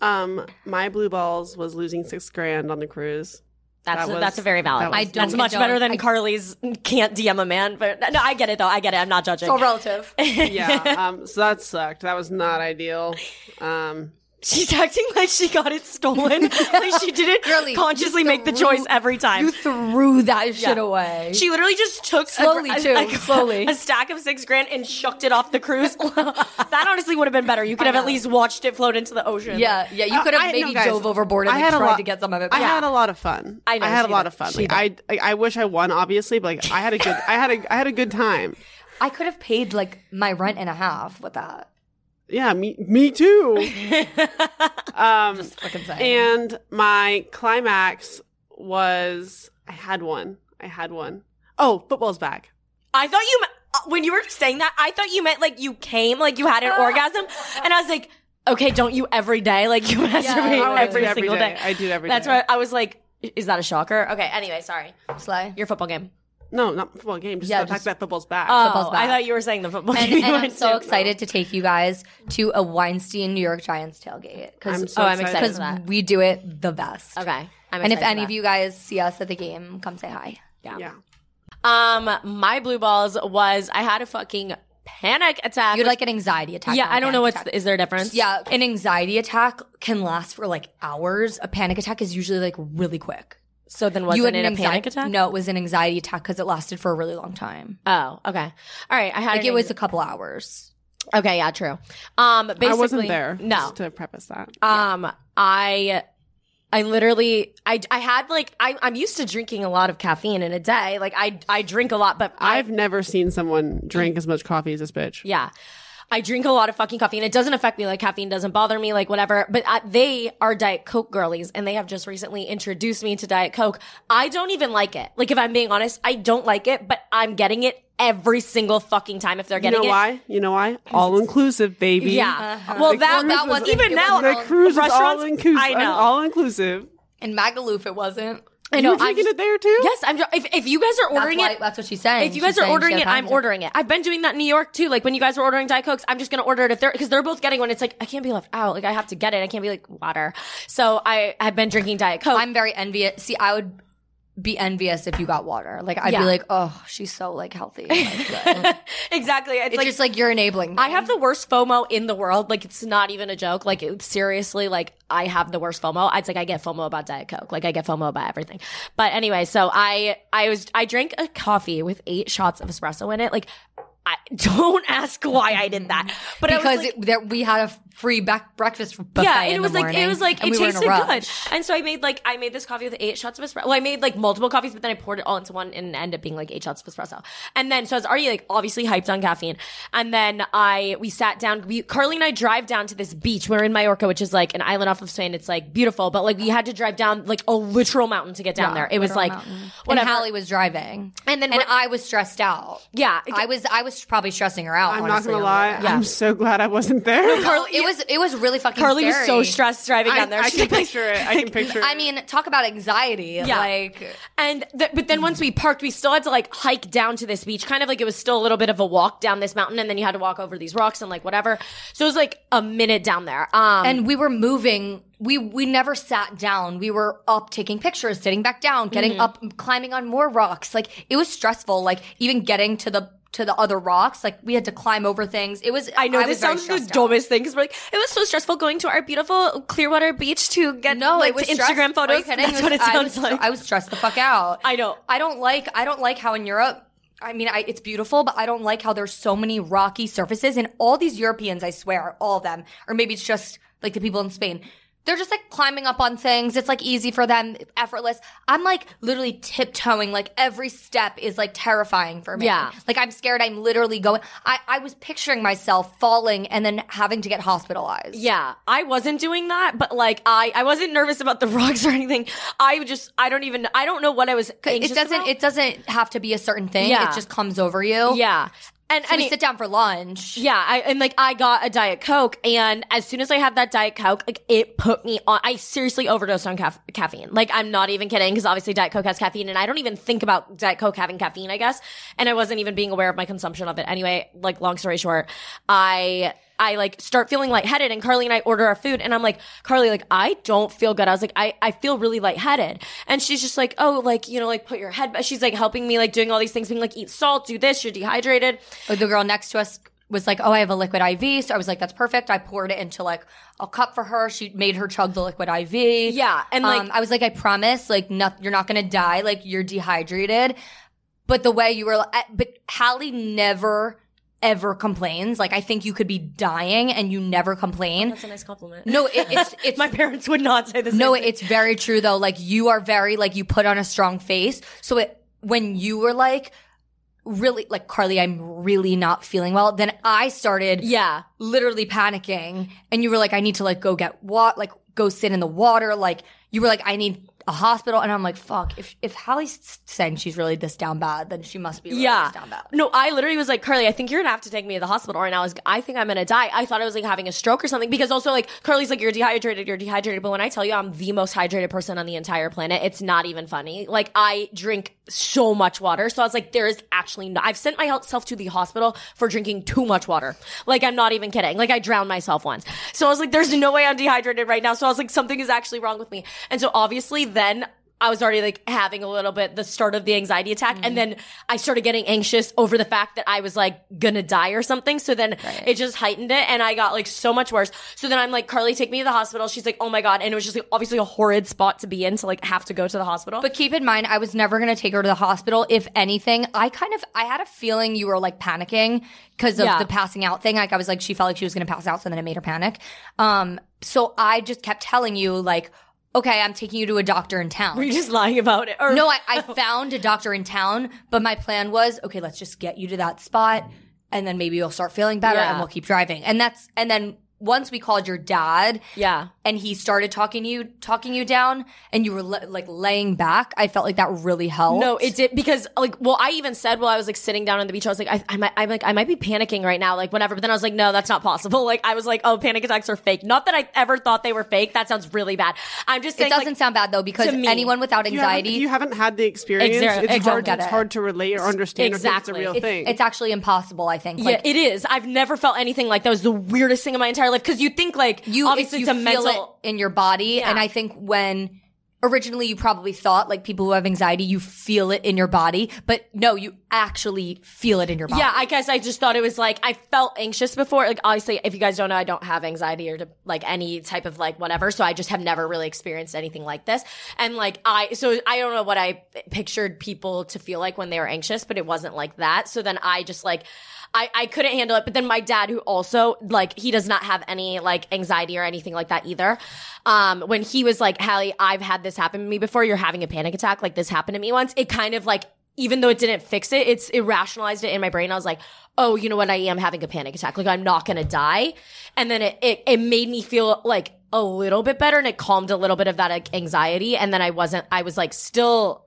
B: Um, my blue balls was losing six grand on the cruise.
A: (laughs) That's
B: That
A: a,
B: was-
A: that's a very valid.
B: that
A: one.
B: was- I
C: don't-
A: that's much
C: I don't-
A: better than
C: I-
A: Carly's can't DM a man. But no, I get it though. I get it. I'm not judging.
B: (laughs)
C: All relative.
B: Yeah. um, so that sucked. That was not ideal. Um,
A: She's acting like she got it
B: (laughs)
A: stolen. like she didn't
C: Girly,
A: consciously
C: you
A: make the
C: threw-
A: choice every time.
C: you threw that shit
A: Yeah.
C: away.
A: She literally just took
C: Slowly,
A: a,
C: too. Slowly.
A: a stack of six grand and shucked it off the cruise. (laughs) that honestly would have been better. You could have at least watched it float into the ocean.
C: yeah, yeah. You could have
B: Uh, I- I know,
C: maybe
B: guys.
C: dove overboard and
B: I
C: like,
B: had a
C: tried
B: lot-
C: to get some of it.
B: I
C: back.
B: had a lot of fun.
A: I know,
B: had a
A: she
B: lot
A: did.
B: of fun.
A: She
B: Like, I, I I wish I won, obviously, but like I had a good I had a I had a good time.
C: I could have paid like my rent and a half with that.
B: Yeah, me me
C: (laughs)
B: too. um,
C: Fucking saying.
B: and my climax was I had one. I had one. Oh, football's
C: (laughs)
B: back.
A: I thought you me- uh, when you were saying that, I thought you meant like you came, like you had an orgasm, and I was like, okay, don't you every day? Like you masturbate
B: Oh, I do
A: every
B: it every
A: single
B: day.
A: day.
B: I do it every
A: That's
B: day.
A: why I was like, is that a shocker? Okay. Anyway, sorry.
C: Slay.
A: Your football game.
B: No, not football game. Just
C: Yeah,
B: the fact
C: just- um,
B: that football's back.
C: Football's
A: oh,
C: back.
A: I thought you were saying the (laughs) football
C: and,
A: game.
C: and
A: you
C: I'm
A: went
C: so
A: to.
C: excited to take you guys to a Weinstein New York Giants tailgate
B: I'm
C: because
B: so
A: Oh, I'm
B: excited.
A: excited for that.
C: we do it the best.
A: Okay. I'm
C: and if
A: excited for
C: any
A: that.
C: of you guys see us at the game, come say hi.
B: Yeah.
A: Um, my blue balls was I had a fucking panic attack.
C: You'd like an anxiety attack.
A: yeah,
C: not a
A: I don't know
C: panic
A: what's
C: attack.
A: is there a difference?
C: yeah, an anxiety attack can last for like hours. A panic attack is usually like really quick.
A: So then wasn't it a
C: anxi-
A: panic attack?
C: No, it was an anxiety attack because it lasted for a really long time.
A: Oh, okay. All right. I had
C: Like
A: an
C: it was
A: anx-
C: a couple hours.
A: okay. Yeah, true. Um, basically,
B: I wasn't there.
A: No.
B: Just to preface that.
A: Um, I. I literally, I, I had like, I, I'm used to drinking a lot of caffeine in a day. Like, I, I drink a lot, but I,
B: I've never seen someone drink as much coffee as this bitch.
A: Yeah. I drink a lot of fucking coffee and it doesn't affect me. Like caffeine doesn't bother me, like whatever. But uh, they are Diet Coke girlies and they have just recently introduced me to Diet Coke. I don't even like it. Like if I'm being honest, I don't like it, but I'm getting it every single fucking time if they're
B: You
A: getting
B: know
A: it.
B: why? You
A: (laughs)
B: know why? All inclusive, baby. Uh-huh.
A: Yeah. Well, that,
C: cruise
A: that
C: was-
A: was even
C: it
A: now.
C: was
B: The cruise is all
A: restaurants-
B: inclusive.
A: I know.
B: All inclusive.
C: In Magaluf, it wasn't.
A: I
B: You
A: know.
B: were drinking
A: I'm-
B: it there too?
A: Yes, I'm. If, if you guys are
C: That's,
A: ordering
C: why,
A: it,
C: that's what she's saying.
A: If you guys are
C: She's saying she
A: ordering
C: had
A: it,
C: panic
A: I'm
C: attack.
A: ordering it. I've been doing that in New York too. Like when you guys were ordering Diet Cokes, I'm just gonna order it if they're because they're both getting one. It's like I can't be left out. Like I have to get it. I can't be like water. So I have been drinking Diet Coke.
C: I'm very envious. See, I would be envious if you got water. Like I'd
A: Yeah.
C: be like, oh, she's so like healthy.
A: (laughs)
C: Like, good.
A: exactly. It's,
C: it's
A: like
C: just like you're enabling.
A: I have the worst FOMO in the world. Like it's not even a joke. Like it, seriously, like I have the worst FOMO. It's like I get FOMO about Diet Coke. Like I get FOMO about everything. But anyway, so I I was I drank a coffee with eight shots of espresso in it. Like I (laughs) don't ask why I did that. But I was
C: because
A: like-
C: it, there, we had a free back breakfast buffet.
A: yeah, and
C: in
A: it
C: the
A: was like it
C: morning,
A: was like
C: and
A: it
C: we were in a
A: tasted good.
C: rush.
A: And so I made like I made this coffee with eight shots of espresso. Well, I made like multiple coffees, but then I poured it all into one and it ended up being like eight shots of espresso. And then so I was already like obviously hyped on caffeine. And then I we sat down. We Carly and I drive down to this beach. We're in Mallorca, which is like an island off of Spain. It's like beautiful, but like we had to drive down like a literal mountain to get down there. It was like
C: When
A: whatever.
C: Hallie was driving,
A: And then
C: and
A: we're-
C: I was stressed out.
A: Yeah.
C: I was. I was probably stressing her out.
B: I'm not
C: honestly,
B: gonna
C: a little
B: lie.
C: bit.
A: Yeah.
B: I'm so glad I wasn't there.
C: It was. It was really fucking.
A: Carly was
C: scary.
A: so stressed driving
B: I,
A: down there.
B: (laughs) I
A: She's
B: can
A: like-
B: picture it.
A: (laughs)
B: I can picture it.
C: I mean, talk about anxiety.
A: Yeah.
C: Like
A: And th- but then once we parked, we still had to like hike down to this beach, kind of like it was still a little bit of a walk down this mountain, and then you had to walk over these rocks and like whatever. So it was like a minute down there. Um,
C: and we were moving we we never sat down we were up taking pictures sitting back down
A: Mm-hmm.
C: getting up climbing on more rocks like it was stressful like even getting to the to the other rocks like we had to climb over things it was
A: I know
C: was
A: this
C: very
A: sounds the
C: stressed out.
A: dumbest thing because we're like it was so stressful going to our beautiful Clearwater beach to get
C: no
A: like
C: it was
A: to
C: stress-
A: Instagram
C: Are you
A: photos. (laughs)
C: kidding?
A: That's what it
C: was- I
A: sounds
C: was,
A: like.
C: i was stressed the fuck out
A: I know.
C: i don't like i don't like how in europe I mean, I, it's beautiful, but I don't like how there's so many rocky surfaces. And all these Europeans, I swear, all of them, or maybe it's just like the people in Spain, they're just like climbing up on things. It's like easy for them, effortless. I'm like literally tiptoeing. Like every step is like terrifying for me.
A: Yeah.
C: Like I'm scared. I'm literally going. I, I was picturing myself falling and then having to get hospitalized.
A: Yeah, I wasn't doing that, but like I, I wasn't nervous about the (laughs) rocks or anything. I just, I don't even, I don't know what I was. Anxious
C: it doesn't
A: about.
C: it doesn't have to be a certain thing
A: Yeah.
C: it just comes over you
A: yeah, and
C: so
A: and
C: we
A: it-
C: sit down for lunch
A: Yeah, I, and like I got a diet coke, and as soon as I had that diet coke, like it put me on. I seriously overdosed on caf- caffeine. Like I'm not even kidding, because obviously diet coke has caffeine, and I don't even think about diet coke having caffeine. I guess, and I wasn't even being aware of my consumption of it. Anyway, like long story short, I. I like start feeling lightheaded and Carly and I order our food and I'm like, Carly, like I don't feel good. I was like, I, I feel really lightheaded. And she's just like, oh, like, you know, like put your head back. She's like helping me, like doing all these things, being like, eat salt, do this, you're dehydrated.
C: Or the girl next to us was like oh i have a liquid iv so i was like that's perfect i poured it into like a cup for her she made her chug the liquid iv
A: Yeah, and, like-
C: Um, i was like i promise like not, you're not gonna die like you're dehydrated but the way you were I- but hallie never ever complains like i think you could be dying and you
A: (laughs)
C: never complain
A: That's a nice compliment.
C: no it, it's
A: (laughs)
C: it's
A: My parents would not say this.
C: No, it's very true though. Like you are very like you put on a strong face. So it when you were like really like Carly, I'm really not feeling well. Then I started
A: yeah.
C: literally panicking, and you were like, I need to like go get what like go sit in the water. Like you were like, I need a hospital, and I'm like, fuck. If if Hallie's saying she's really this down bad, then she must be really
A: Yeah.
C: this down bad.
A: No, I literally was like, Carly, I think you're gonna have to take me to the hospital right now. I, was, I think I'm gonna die. I thought I was like having a stroke or something because also like Carly's like, you're dehydrated, you're dehydrated. But when I tell you I'm the most hydrated person on the entire planet, it's not even funny. Like I drink so much water. So I was like, there is actually no, I've sent myself to the hospital for drinking too much water. Like I'm not even kidding. Like I drowned myself once. So I was like, there's no way I'm dehydrated right now. So I was like, something is actually wrong with me. And so obviously then I was already like having a little bit the start of the anxiety attack.
C: Mm-hmm.
A: And then I started getting anxious over the fact that I was like gonna die or something. So then it just heightened it and I got like so much worse. So then I'm like, Carly, take me to the hospital. She's like, oh my God. And it was just like obviously a horrid spot to be in to like have to go to the hospital.
C: But keep in mind, I was never going to take her to the hospital. If anything, I kind of I had a feeling you were like panicking because of
A: Yeah.
C: the passing out thing. Like I was like she felt like she was going to pass out, so then it made her panic. Um, so I just kept telling you like, okay, I'm taking you to a doctor in town.
A: Were you just lying about it? Or
C: (laughs) no, I, I found a doctor in town, but my plan was okay. Let's just get you to that spot, and then maybe you'll start feeling better,
A: Yeah.
C: and we'll keep driving. And that's and then once we called your dad,
A: Yeah.
C: and he started talking you talking you down, and you were la- like laying back. I felt like that really helped.
A: No, it did because like, well, I even said while I was like sitting down on the beach, I was like, I, I might, I'm like, I might be panicking right now, like whatever. But then I was like, no, that's not possible. (laughs) Like, I was like, oh, panic attacks are fake. Not that I ever thought they were fake. That sounds really bad. I'm just
C: It
A: saying,
C: doesn't
A: like,
C: sound bad though because
A: to me,
C: anyone without
B: you haven't,
C: anxiety,
B: you haven't had the experience.
A: Exactly.
B: It's, hard,
C: Don't get
B: it's
C: it.
B: hard to relate or understand
A: Exactly.
B: if it's a real
C: it's,
B: thing.
C: it's actually impossible. I think. Like,
A: yeah, it is. I've never felt anything like that. It was the weirdest thing in my entire life because you think like
C: you
A: obviously
C: you
A: it's a
C: feel
A: mental.
C: it in your body, and I think when originally you probably thought like people who have anxiety, you feel it in your body, but no, you actually feel it in your body.
A: Yeah, I guess I just thought it was like I felt anxious before. Like obviously, if you guys don't know, I don't have anxiety or de- like any type of like whatever. So I just have never really experienced anything like this. And like I, so I don't know what I pictured people to feel like when they were anxious, but it wasn't like that. So then I just like. I, I couldn't handle it. But then my dad, who also like he does not have any like anxiety or anything like that either. Um, when he was like, Hallie, I've had this happen to me before. You're having a panic attack. Like this happened to me once. It kind of like even though it didn't fix it, it's it rationalized it in my brain. I was like, oh, you know what? I am having a panic attack. Like I'm not gonna die. And then it it, it made me feel like a little bit better and it calmed a little bit of that like, anxiety. And then I wasn't. I was like still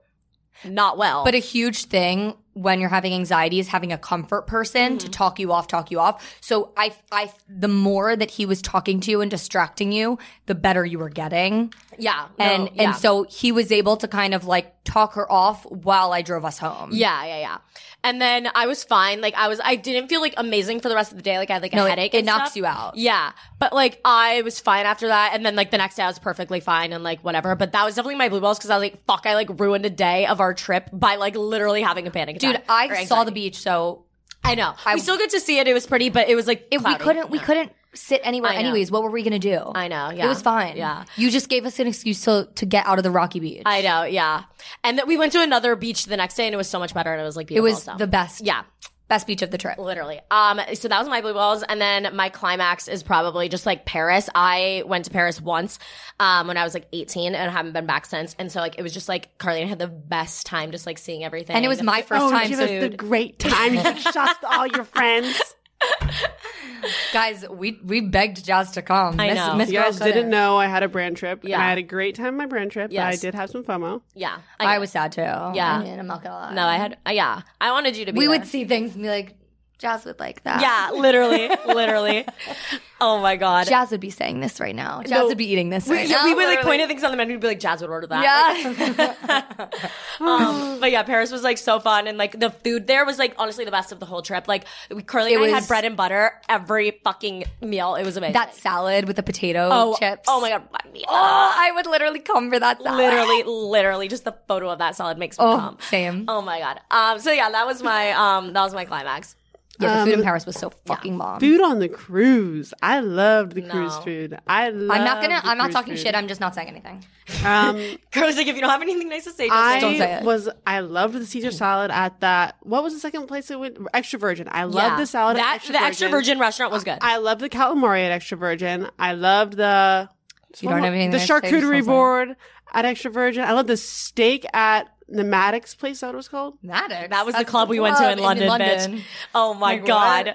A: not well.
C: But a huge thing when you're having anxiety is having a comfort person
A: Mm-hmm.
C: to talk you off, talk you off. So I, I, the more that he was talking to you and distracting you, the better you were getting.
A: yeah, no,
C: And
A: yeah.
C: and so he was able to kind of like talk her off while I drove us home.
A: Yeah, yeah, yeah. And then I was fine. Like I was, I didn't feel like amazing for the rest of the day. Like I had like a
C: No, it-
A: headache.
C: it
A: and
C: knocks
A: stuff.
C: you out.
A: Yeah, but like I was fine after that. And then like the next day I was perfectly fine and like whatever. But that was definitely my blue balls because I was like, fuck, I like ruined a day of our trip by like literally having a panic attack.
C: dude, I
A: or anxiety.
C: saw the beach, so
A: I know. we still get to see it. It was pretty, but it was like
C: it, we
A: cloudy.
C: couldn't, we couldn't sit anywhere.
A: I know.
C: Anyways, what were we gonna do?
A: I know. Yeah,
C: It was fine.
A: Yeah.
C: You just gave us an excuse to to get out of the rocky beach.
A: I know, yeah, and that we went to another beach the next day, and it was so much better, and it was like
C: it
A: beautiful.
C: was
A: so.
C: the best.
A: yeah,
C: Best beach of the trip.
A: literally um so that was my blue balls and then my climax is probably just like paris i went to paris once um when i was like 18 and haven't been back since and so like it was just like carly and I had the best time just like seeing everything
C: And it was my first
B: oh,
C: time.
B: give
C: so-
B: us the
C: (laughs)
A: (laughs)
B: great time. You took shots to all your friends.
C: guys, we we begged Jazz to come.
A: I
C: Miss,
A: know.
C: Miss
B: You
C: Girl
B: guys
C: couldn't.
B: didn't know I had a brand trip.
A: Yeah.
B: And I had a great time on my brand trip. But I
A: Yes.
B: did have some FOMO.
A: yeah
C: I was sad too. Yeah, I'm not gonna lie.
A: no i had uh, yeah i wanted you to be
C: we
A: there.
C: would see things and be like, Jazz would like that.
A: yeah
C: (laughs)
A: literally literally oh my god
C: Jazz would be saying this right now. Jazz
A: No.
C: would be eating this
A: we,
C: right
A: yeah,
C: now.
A: we would like
C: literally.
A: point at things on the menu and be like, Jazz would order that. (laughs)
C: Yeah.
A: Um, but yeah, Paris was like so fun, and like the food there was like honestly the best of the whole trip. Like we- Carly and
C: It
A: I
C: was-
A: had bread and butter every fucking meal. It was amazing.
C: that salad with the potato
A: oh,
C: chips.
A: Oh my god, I mean,
C: Oh, I would literally come for that salad.
A: literally, literally, just the photo of that salad makes me
C: Oh,
A: calm.
C: same.
A: Oh my god. Um. So yeah, that was my um. That was my climax. (laughs)
C: Yeah, the food
A: Um,
C: in Paris was so fucking bomb.
B: Food on the cruise. I loved the cruise
A: No.
B: food. I loved
C: I'm not gonna.
B: the
C: I'm not
B: cruise
C: talking
B: food.
C: shit. I'm just not saying anything. (laughs)
B: Um,
A: Carly's like, if you don't have anything nice to say, just
B: I
A: don't say.
C: say it.
B: was I loved the Caesar salad at that. What was the second place it went? Extra virgin. I loved
A: Yeah.
B: the salad.
A: That
B: at extra
A: the extra virgin restaurant was good.
B: I loved the calamari at extra virgin. I loved the.
C: You don't have anything
B: The
C: nice to say, just don't say
B: charcuterie
C: it.
B: board at extra virgin. I loved the steak at Nematics place. That was called.
C: Maddox.
A: that was the club we went to in London, bitch. Oh my god.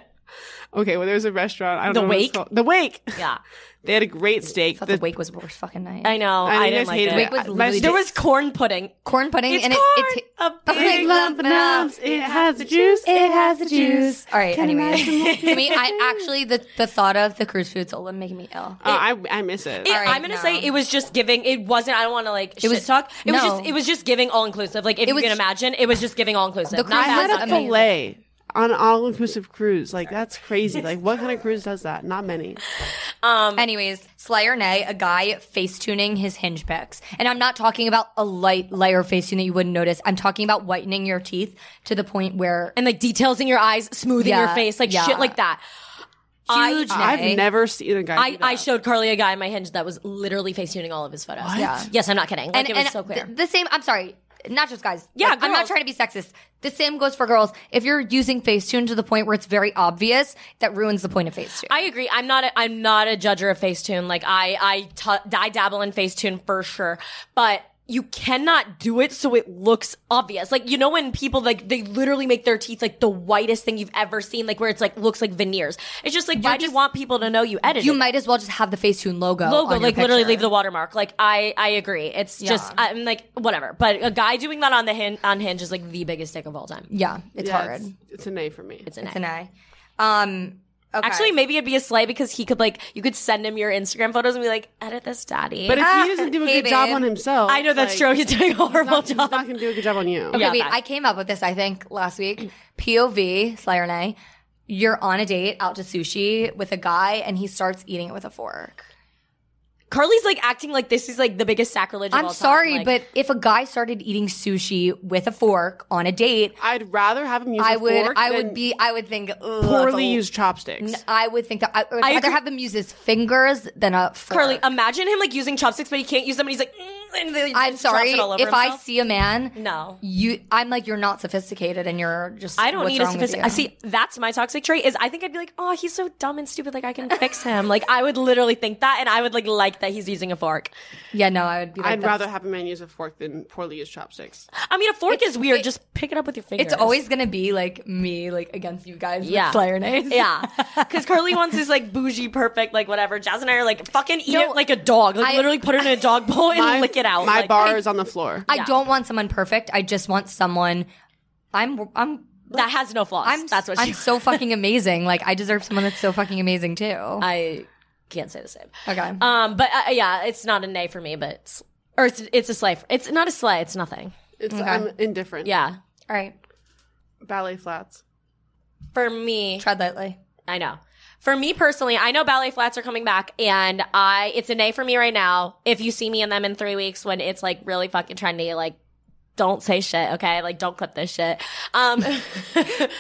B: Okay, well, there was a restaurant. I don't
A: The
B: know what it's
A: Wake?
B: called. The Wake.
A: Yeah.
B: They had a great steak.
C: Thought the, wake was worst fucking night.
A: I know.
B: I know
A: I,
B: you
A: didn't
B: guys
A: like it.
B: hated it.
C: Wake was
B: My
C: literally
A: There was corn pudding.
C: corn pudding,
A: It's
C: and
A: corn.
C: it,
A: a
C: it,
A: big
C: big lump of nuts.
B: It has the juice.
C: It has the juice. All right.
B: Can you
C: Anyway,
A: (laughs)
B: imagine
C: I mean, I actually the, the thought of the cruise food's all making me ill.
B: Oh, I, I miss it.
A: It-
C: All right,
A: I'm gonna
C: no.
A: say it was just giving. It wasn't. I don't want to like shit
C: was-
A: talk. It was
C: no.
A: just. It was just giving all inclusive. Like if you
C: was-
A: can imagine, it was just giving all inclusive.
C: The
A: Not
B: I
C: cruise
A: bad,
C: was
A: not
B: had a
A: good.
C: amazing.
B: fillet on an all inclusive cruise. Like, that's (laughs) crazy. Like, what kind of cruise does that? Not many.
A: Um,
C: Anyways, Slayer Nay, a guy face tuning his hinge picks. And I'm not talking about a light layer face tune that you wouldn't notice. I'm talking about whitening your teeth to the point where
A: and like details in your eyes, smoothing
C: Yeah,
A: your face, like
C: yeah.
A: shit like that.
C: Huge
A: I,
C: Okay.
B: I've never seen a guy.
A: I,
B: do that.
A: I showed Carly a guy on my hinge that was literally face tuning all of his photos.
C: Yeah.
A: Yes, I'm not kidding. Like it was so clear.
C: th- the same. I'm sorry, not just guys.
A: Yeah,
C: Like, I'm not
A: girls.
C: trying to be sexist. The same goes for girls. If you're using Facetune to the point where it's very obvious, that ruins the point of Facetune.
A: I agree. I'm not. A, I'm not a judger of Facetune. Like I, I, t- I dabble in Facetune for sure, but you cannot do it so it looks obvious. Like you know when people like they literally make their teeth like the whitest thing you've ever seen, like where it's like looks like veneers. It's just like why do you want people to know you edited?
C: you
A: it?
C: might as well just have the Facetune logo.
A: logo
C: on your
A: Oh, like literally
C: picture.
A: leave the watermark like i i agree it's just
C: Yeah.
A: i'm like whatever but a guy doing that on the hin- on hinge is like the biggest dick of all time
C: Yeah, it's
B: Yeah,
C: hard.
B: It's, it's an A for me.
A: it's an
C: It's
A: A.
C: an eye. Um, okay.
A: actually maybe it'd be a slay because he could like you could send him your instagram photos and be like edit this daddy
B: but if
C: Ah,
B: he doesn't do a
C: (laughs) hey,
B: good job
C: babe.
B: on himself,
A: i know that's true he's doing a horrible
B: He's
A: job
B: not going to do a good job on you.
C: Okay,
A: Yeah,
C: wait,
A: bye.
C: I came up with this, I think, last week. (clears throat) POV, Slayer and I, you're on a date out to sushi with a guy and he starts eating it with a fork.
A: Carly's like acting like this is like the biggest sacrilege. Of
C: I'm
A: all time.
C: sorry,
A: Like,
C: but if a guy started eating sushi with a fork on a date,
B: I'd rather have him use
C: I
B: a
C: would
B: fork
C: I
B: than
C: would be I would think "Ugh, that's a
B: poorly
C: l-"
B: use chopsticks.
C: I would think that I would
A: I
C: rather
A: agree-
C: have him use his fingers than a fork.
A: Carly, um, imagine him like using chopsticks, but he can't use them, and he's like, "Mm," and then he
C: I'm
A: just drops
C: sorry
A: it all
C: if
A: over
C: I
A: himself.
C: see a man.
A: No.
C: you. I'm like you're not sophisticated, and you're just.
A: I don't
C: what's
A: need a
C: wrong with
A: sophisticated. I
C: you?
A: see that's my toxic trait is I think I'd be like, oh, he's so dumb and stupid. Like I can fix him. Like I would literally think that, and I would like like that he's using a fork.
C: Yeah, no, I would be. Like,
B: I'd
C: that's-
B: rather have a man use a fork than poorly use
C: (laughs)
B: chopsticks.
A: I mean, a fork
C: It's-
A: is weird.
C: it-
A: Just pick it up with your fingers.
C: It's always gonna be like me, like against you guys. Yeah, (laughs)
A: Yeah.
C: with Slayer Nays.
A: yeah, because Carly wants this like bougie, perfect, like whatever. Jazz and I are like fucking eat
C: No,
A: it like a dog. Like
C: I-
A: literally put it in a dog bowl and lick it out.
B: My
A: like,
B: bar is on the floor.
C: I don't want someone perfect. I just want someone. I'm. I'm.
A: that has no flaws.
C: I'm.
A: that's what
C: I'm
A: she. (laughs)
C: so fucking amazing. Like I deserve someone that's so fucking amazing too.
A: I can't say the same.
C: okay.
A: Um, but uh, yeah, it's not a nay for me, but it's, or it's it's a slay. It's not a slay. It's nothing.
B: It's I'm indifferent.
A: Yeah,
C: All right.
B: Ballet flats.
A: for me,
C: Tread lightly.
A: I know. For me personally, I know ballet flats are coming back, and I it's a nay for me right now. If you see me in them in three weeks when it's like really fucking trendy, like don't say shit, okay? Like don't clip this shit. Um,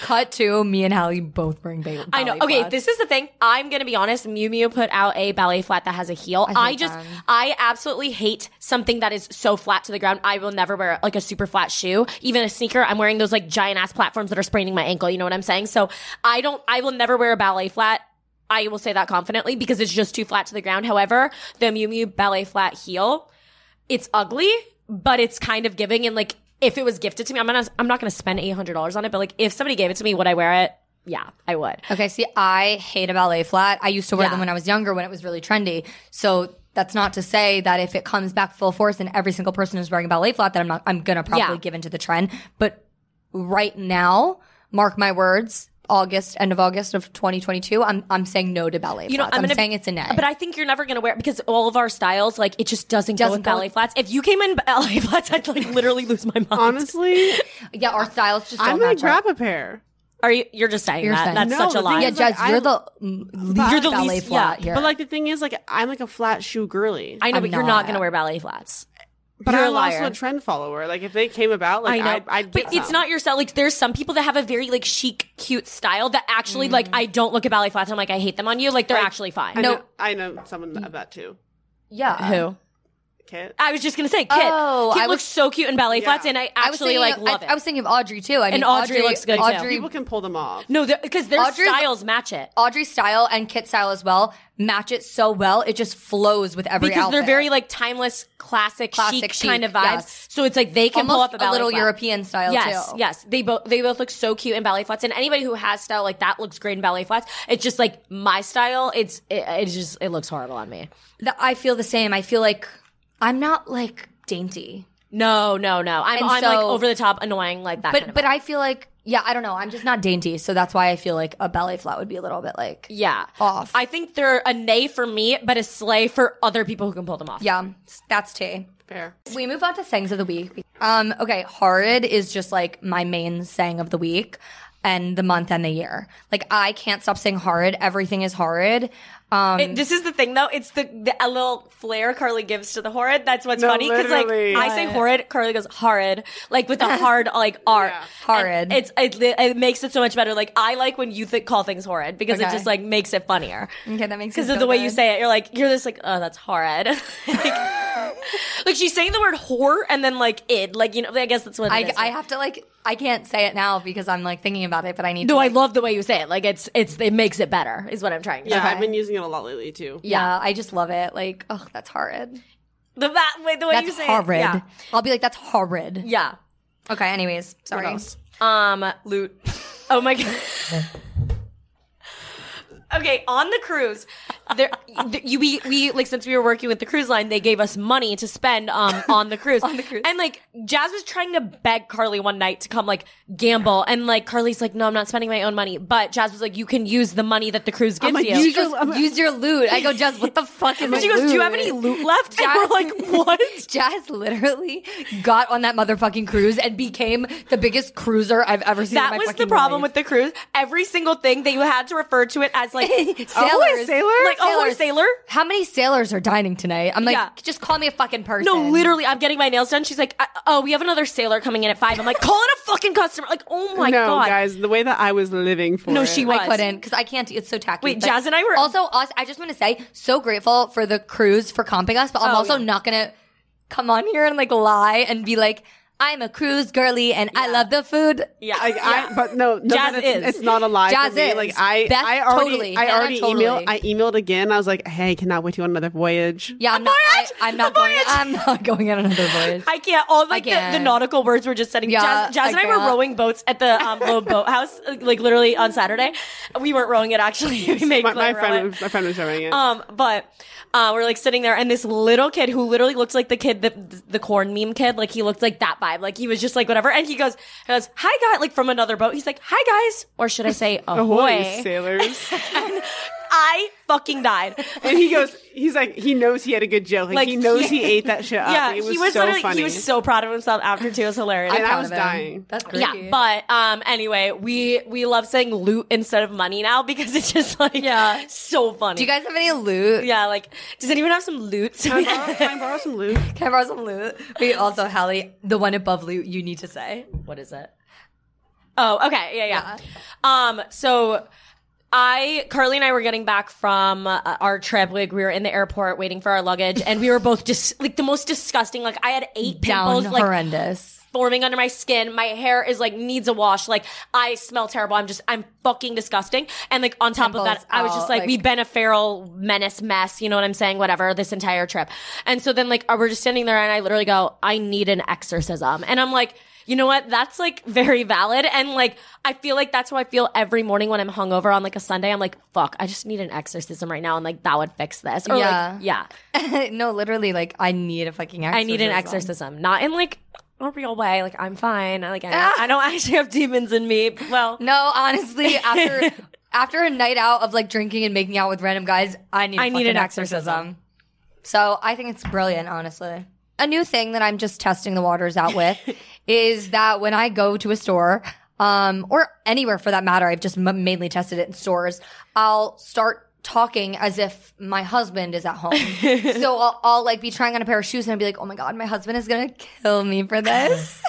C: Cut to me and Hallie both wearing bagel.
A: I know. Okay, this is the thing. I'm gonna be honest. Mew Mew put out a ballet flat that has a heel. I,
C: hate
A: just,
C: them.
A: I absolutely hate something that is so flat to the ground. I will never wear like a super flat shoe, even a sneaker. I'm wearing those like giant ass platforms that are spraining my ankle. You know what I'm saying? So I don't. I will never wear a ballet flat. I will say that confidently because it's just too flat to the ground. However, the Mew Mew ballet flat heel it's ugly, but it's kind of giving. And like, if it was gifted to me, I'm gonna, I'm not gonna spend eight hundred dollars on it. But like, if somebody gave it to me, would I wear it? Yeah, I would.
C: Okay, see, I hate a ballet flat. I used to wear
A: Yeah.
C: them when I was younger when it was really trendy. So that's not to say that if it comes back full force and every single person is wearing a ballet flat, that I'm not, I'm gonna probably
A: Yeah.
C: give into the trend. But right now, mark my words, August, end of August of 2022, I'm, I'm saying no to ballet
A: You know,
C: flats.
A: I'm,
C: I'm,
A: gonna,
C: saying it's a nay.
A: But I think you're never gonna wear it because all of our styles, like, it just doesn't, go
C: Doesn't
A: with
C: go
A: ballet
C: with-
A: flats. If you came in (laughs) ballet flats, I'd like literally lose my mind.
B: (laughs) Honestly,
C: yeah, our styles just don't
B: I'm gonna
C: match up.
B: grab a pair.
A: Are you? You're just saying
C: You're
A: that. That's
C: saying-
B: No,
A: such a
B: the thing
A: lie.
C: Yeah,
B: is, like,
C: Judge, you're
B: I'm-
C: the least
A: You're the
C: ballet
A: least-
C: flat
A: yeah,
C: here.
B: But like the thing is, like I'm like a flat shoe girly.
A: I know,
C: I'm
A: but you're not
C: not.
A: gonna wear ballet flats.
B: but
A: you're a
B: I'm also
A: liar.
B: a trend follower. Like if they came about, like
A: I know,
B: I'd, I'd
A: but
B: get
A: it's
B: some.
A: not your style. Like, there's some people that have a very like chic, cute style that actually, like, I don't look at ballet flats. I'm like, I hate them on you. Like, they're actually fine.
B: I
C: Mm. No.
B: know, I know someone of that too.
C: yeah.
A: who?
B: Kit.
A: I was just gonna say, Kit.
C: Oh,
A: Kit
C: I
A: looks
C: was-
A: so cute in ballet flats, and I
C: I was
A: actually
C: thinking
A: like
C: of-
A: love
C: I,
A: it.
C: I was thinking of Audrey too. I mean,
A: Audrey looks good, too.
C: Audrey
B: People can pull them off.
A: no, because their
C: Audrey's-
A: styles match it
C: Audrey's style and Kit's style as well match it so well. It just flows with every
A: because they're
C: outfit.
A: very like timeless, classic,
C: Classic
A: chic,
C: chic,
A: kind of vibes.
C: yes.
A: So it's like they can pull
C: Almost
A: up a,
C: a
A: ballet
C: little
A: flat.
C: European style,
A: Yes,
C: too.
A: yes. They both they both look so cute in ballet flats, and anybody who has style like that looks great in ballet flats. It's just like my style. It's it, it's just it looks horrible on me.
C: Th- I feel the same. I feel like I'm not like dainty,
A: No, no, no. I'm,
C: And
A: I'm like
C: so-
A: over the top, annoying like that.
C: but
A: kind of
C: but I feel like yeah, I don't know. I'm just not dainty, so that's why I feel like a ballet flat would be a little bit like
A: yeah,
C: off.
A: I think they're a nay for me, but a slay for other people who can pull them off.
C: yeah, that's tea.
B: Fair.
C: We move on to sayings of the week. Um, okay, horrid is just like my main saying of the week and the month and the year. Like I can't stop saying horrid. Everything is horrid. Um,
A: It- this is the thing though. It's the, the a little flair Carly gives to the horrid. That's what's
B: No,
A: funny because like
B: literally.
A: I say horrid, Carly goes horrid, like with
C: (laughs)
A: a hard like R. And
C: Horrid.
A: It's it, it makes it so much better. Like I like when you th- call things horrid because it
C: Okay.
A: just like makes it funnier.
C: okay, that makes
A: Because
C: me
A: of
C: so
A: the way you
C: good.
A: say it, you're like you're just like oh that's horrid. (laughs)
C: (laughs)
A: like, like, she's saying the word whore and then like id. Like you know I guess that's what it
C: I,
A: is.
C: I have to like I can't say it now because I'm like thinking about it, but I need
A: no,
C: to.
A: I
C: like-
A: love the way you say it. Like it's it's it makes it better is what I'm trying to
B: Yeah,
A: say.
B: I've been using it a lot lately too.
C: yeah, I just love it. Like, oh, that's horrid.
A: The that way the way you
C: That's
A: say
C: horrid.
A: it. Yeah.
C: I'll be like, that's horrid.
A: yeah.
C: Okay. Anyways, sorry.
B: else?
A: Um, loot. Oh my god. okay, on the cruise, there you we we like since we were working with the cruise line, they gave us money to spend um on the cruise. on
C: the cruise.
A: And like Jazz was trying to beg Carly one night to come like gamble and like Carly's like, "No, I'm not spending my own money." But Jazz was like, "You can use the money that the cruise gives
B: like,
A: you."
B: "Use
C: She goes, use your loot. I go, Jazz, what
A: (laughs)
C: the fuck is
A: and she goes, "Do you have any loot left?" And we're like, "What?"
C: Jazz literally got on that motherfucking cruise and became the biggest cruiser I've ever seen. in
A: That
C: my
A: was the
C: fucking
A: problem
C: life.
A: with the cruise. Every single thing they had to refer to it as like,
C: Sailors.
B: sailor?
A: like oh, we're
C: Sailors.
A: sailor.
C: How many sailors are dining tonight? I'm like,
A: Yeah.
C: just call me a fucking person.
A: No, literally, I'm getting my nails done. She's like, I, oh, we have another sailor coming in at five. I'm like, call it a fucking customer. Like, oh my
B: no,
A: god,
B: guys, the way that I was living for
A: no,
B: it.
A: she was.
C: I couldn't because I can't. It's so tacky.
A: Wait,
C: But
A: Jazz and I were-
C: also us. I just want to say, so grateful for the crews for comping us,
A: Oh,
C: but I'm also not gonna come on here and like lie and be like, I'm a cruise girly and I love the food.
A: Yeah,
B: Like I, but no, no
A: Jazz
B: that it's,
A: is.
B: it's not a lie. for
C: Jazz
B: me.
C: is.
B: Like I,
C: Beth,
B: I already,
C: totally.
B: I
C: Hannah,
B: already
C: totally.
B: emailed. I emailed again. I was like, "Hey, cannot wait to on another voyage."
C: Yeah, I'm not. I, I'm not going. I'm not going on another voyage.
A: I can't. All like
C: can't.
A: The, the nautical words were just setting.
C: Yeah,
A: Jazz, Jazz
C: I
A: and I were
C: can't.
A: rowing boats at the um,
B: (laughs)
A: low boathouse, like literally on Saturday. We weren't rowing it actually. (laughs) We made
B: my,
A: Claire
B: my
A: row
B: friend,
A: it.
B: my friend was showing it.
A: Um, but uh, we're like sitting there, and this little kid who literally looked like the kid, the the corn meme kid, like he looked like that vibe, like he was just like whatever. And he goes, he goes, "Hi guys!" Like from another boat, he's like, "Hi guys," or should I say,
B: Ahoy,
A: "Ahoy!"
B: sailors!
A: (laughs) and I fucking died. (laughs)
B: and he goes, he's like, he knows he had a good joke. Like,
A: Like,
B: he knows he,
A: yeah.
B: ate that shit up.
A: yeah,
B: it was,
A: he was
B: so
A: literally
B: funny.
A: he was so proud of himself after too. It was hilarious.
B: and I
C: proud
B: was
C: of him.
B: dying.
C: That's great.
A: Yeah, but um anyway, we we love saying loot instead of money now because it's just like
C: Yeah.
A: so funny.
C: do you guys have any loot?
A: Yeah, like does anyone have some loot? So
B: Can
A: we-
B: I
A: (laughs)
B: borrow, can I borrow some loot?
C: Can I borrow some loot? Wait, also, Hallie, the one above loot you need to say.
A: what is it? Oh, okay. Yeah, yeah. Um so I Carly and I were getting back from uh, our trip. Like we were in the airport waiting for our luggage, and we were both just like the most disgusting. Like I had eight
C: Down
A: pimples, like
C: horrendous.
A: forming under my skin. My hair is like needs a wash. Like I smell terrible. I'm just I'm fucking disgusting. And like on top of
C: Pimples
A: that, I was just
C: out,
A: like,
C: like-
A: we've been a feral menace mess. You know what I'm saying? Whatever. This entire trip. And so then like uh, we're just standing there, and I literally go, I need an exorcism. And I'm like. You know what? That's like very valid. And like, I feel like that's how I feel every morning when I'm hungover on like a Sunday. I'm like, fuck, I just need an exorcism right now. And like, that would fix this. Or
C: Yeah.
A: like, yeah.
C: (laughs) no, literally, like I need a fucking
A: I
C: exorcism.
A: need an exorcism, not in like a real way. Like I'm fine. I Like I, I don't (laughs) actually have demons in me. Well,
C: Ah. No, honestly, after after a night out of like drinking and making out with random guys, I need. I
A: I need an exorcism.
C: So I think it's brilliant, honestly. A new thing that I'm just testing the waters out with is that when I go to a store, um, or anywhere for that matter, I've just m- mainly tested it in stores. I'll start talking as if my husband is at home. so I'll, I'll like be trying on a pair of shoes and I'll be like, "Oh my god, my husband is gonna kill me for this."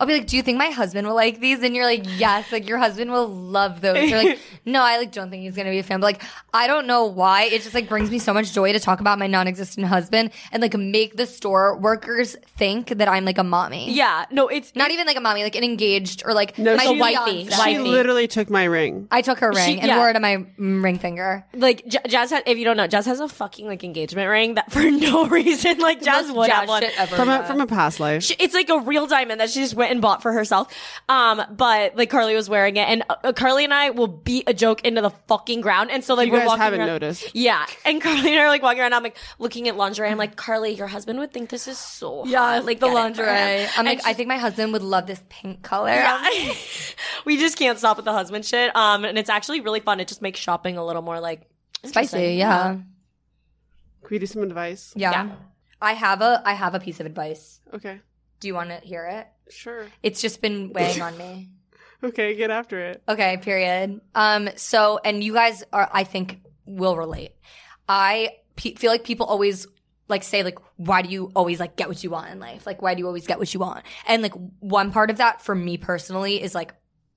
C: I'll be like, "Do you think my husband will like these?" And you're like, "Yes, like your husband will love those."
A: (laughs)
C: You're like, "No, I like don't think he's gonna be a fan." But like, I don't know why. It just like brings me so much joy to talk about my non-existent husband and like make the store workers think that I'm like a mommy.
A: yeah, no, it's
C: Not even like a mommy, like an engaged or like
B: No,
C: my
B: she-
C: wifey.
A: She
B: She
A: Wifey.
B: literally took my ring.
C: I took her ring and
A: yeah.
C: wore it on my mm, ring finger.
A: like J- Jazz. Has, if you don't know, Jazz has a fucking like engagement ring that (laughs) for no reason. Like Jazz
C: Most
A: would
C: jazz
A: have one. (laughs)
C: shit ever,
B: From a
C: yeah.
B: from a past life.
A: She- It's like a real diamond that she just went and bought for herself. Um, but like Carly was wearing it, and uh, Carly and I will beat a joke into the fucking ground. And so like
B: You
A: we're
B: guys
A: walking
B: haven't
A: around-
B: noticed.
A: yeah. And Carly and I are like walking around. I'm like looking at lingerie. I'm like Carly, your husband would think this is so hot. like
C: the
A: get it for
C: lingerie.
A: him." (laughs)
C: I'm
A: And
C: like,
A: she-
C: I think my husband would love this pink color.
A: Yeah. (laughs) we just can't stop with the husband shit. Um, and it's actually really fun. It just makes shopping a little more like
C: Spicy,
A: interesting.
C: yeah.
B: Can we do some advice?
C: yeah,
A: Yeah.
C: I have a I have a piece of advice.
B: Okay,
C: Do you want to hear it?
B: sure.
C: It's just been weighing on me.
B: Okay, get after
A: (laughs)
B: it.
C: Okay, period. Um, so, and you guys are, I think, will relate. I pe- feel like people always like say like, why do you always like get what you want in life? Like, why do you always get what you want? And like one part of that for me personally is like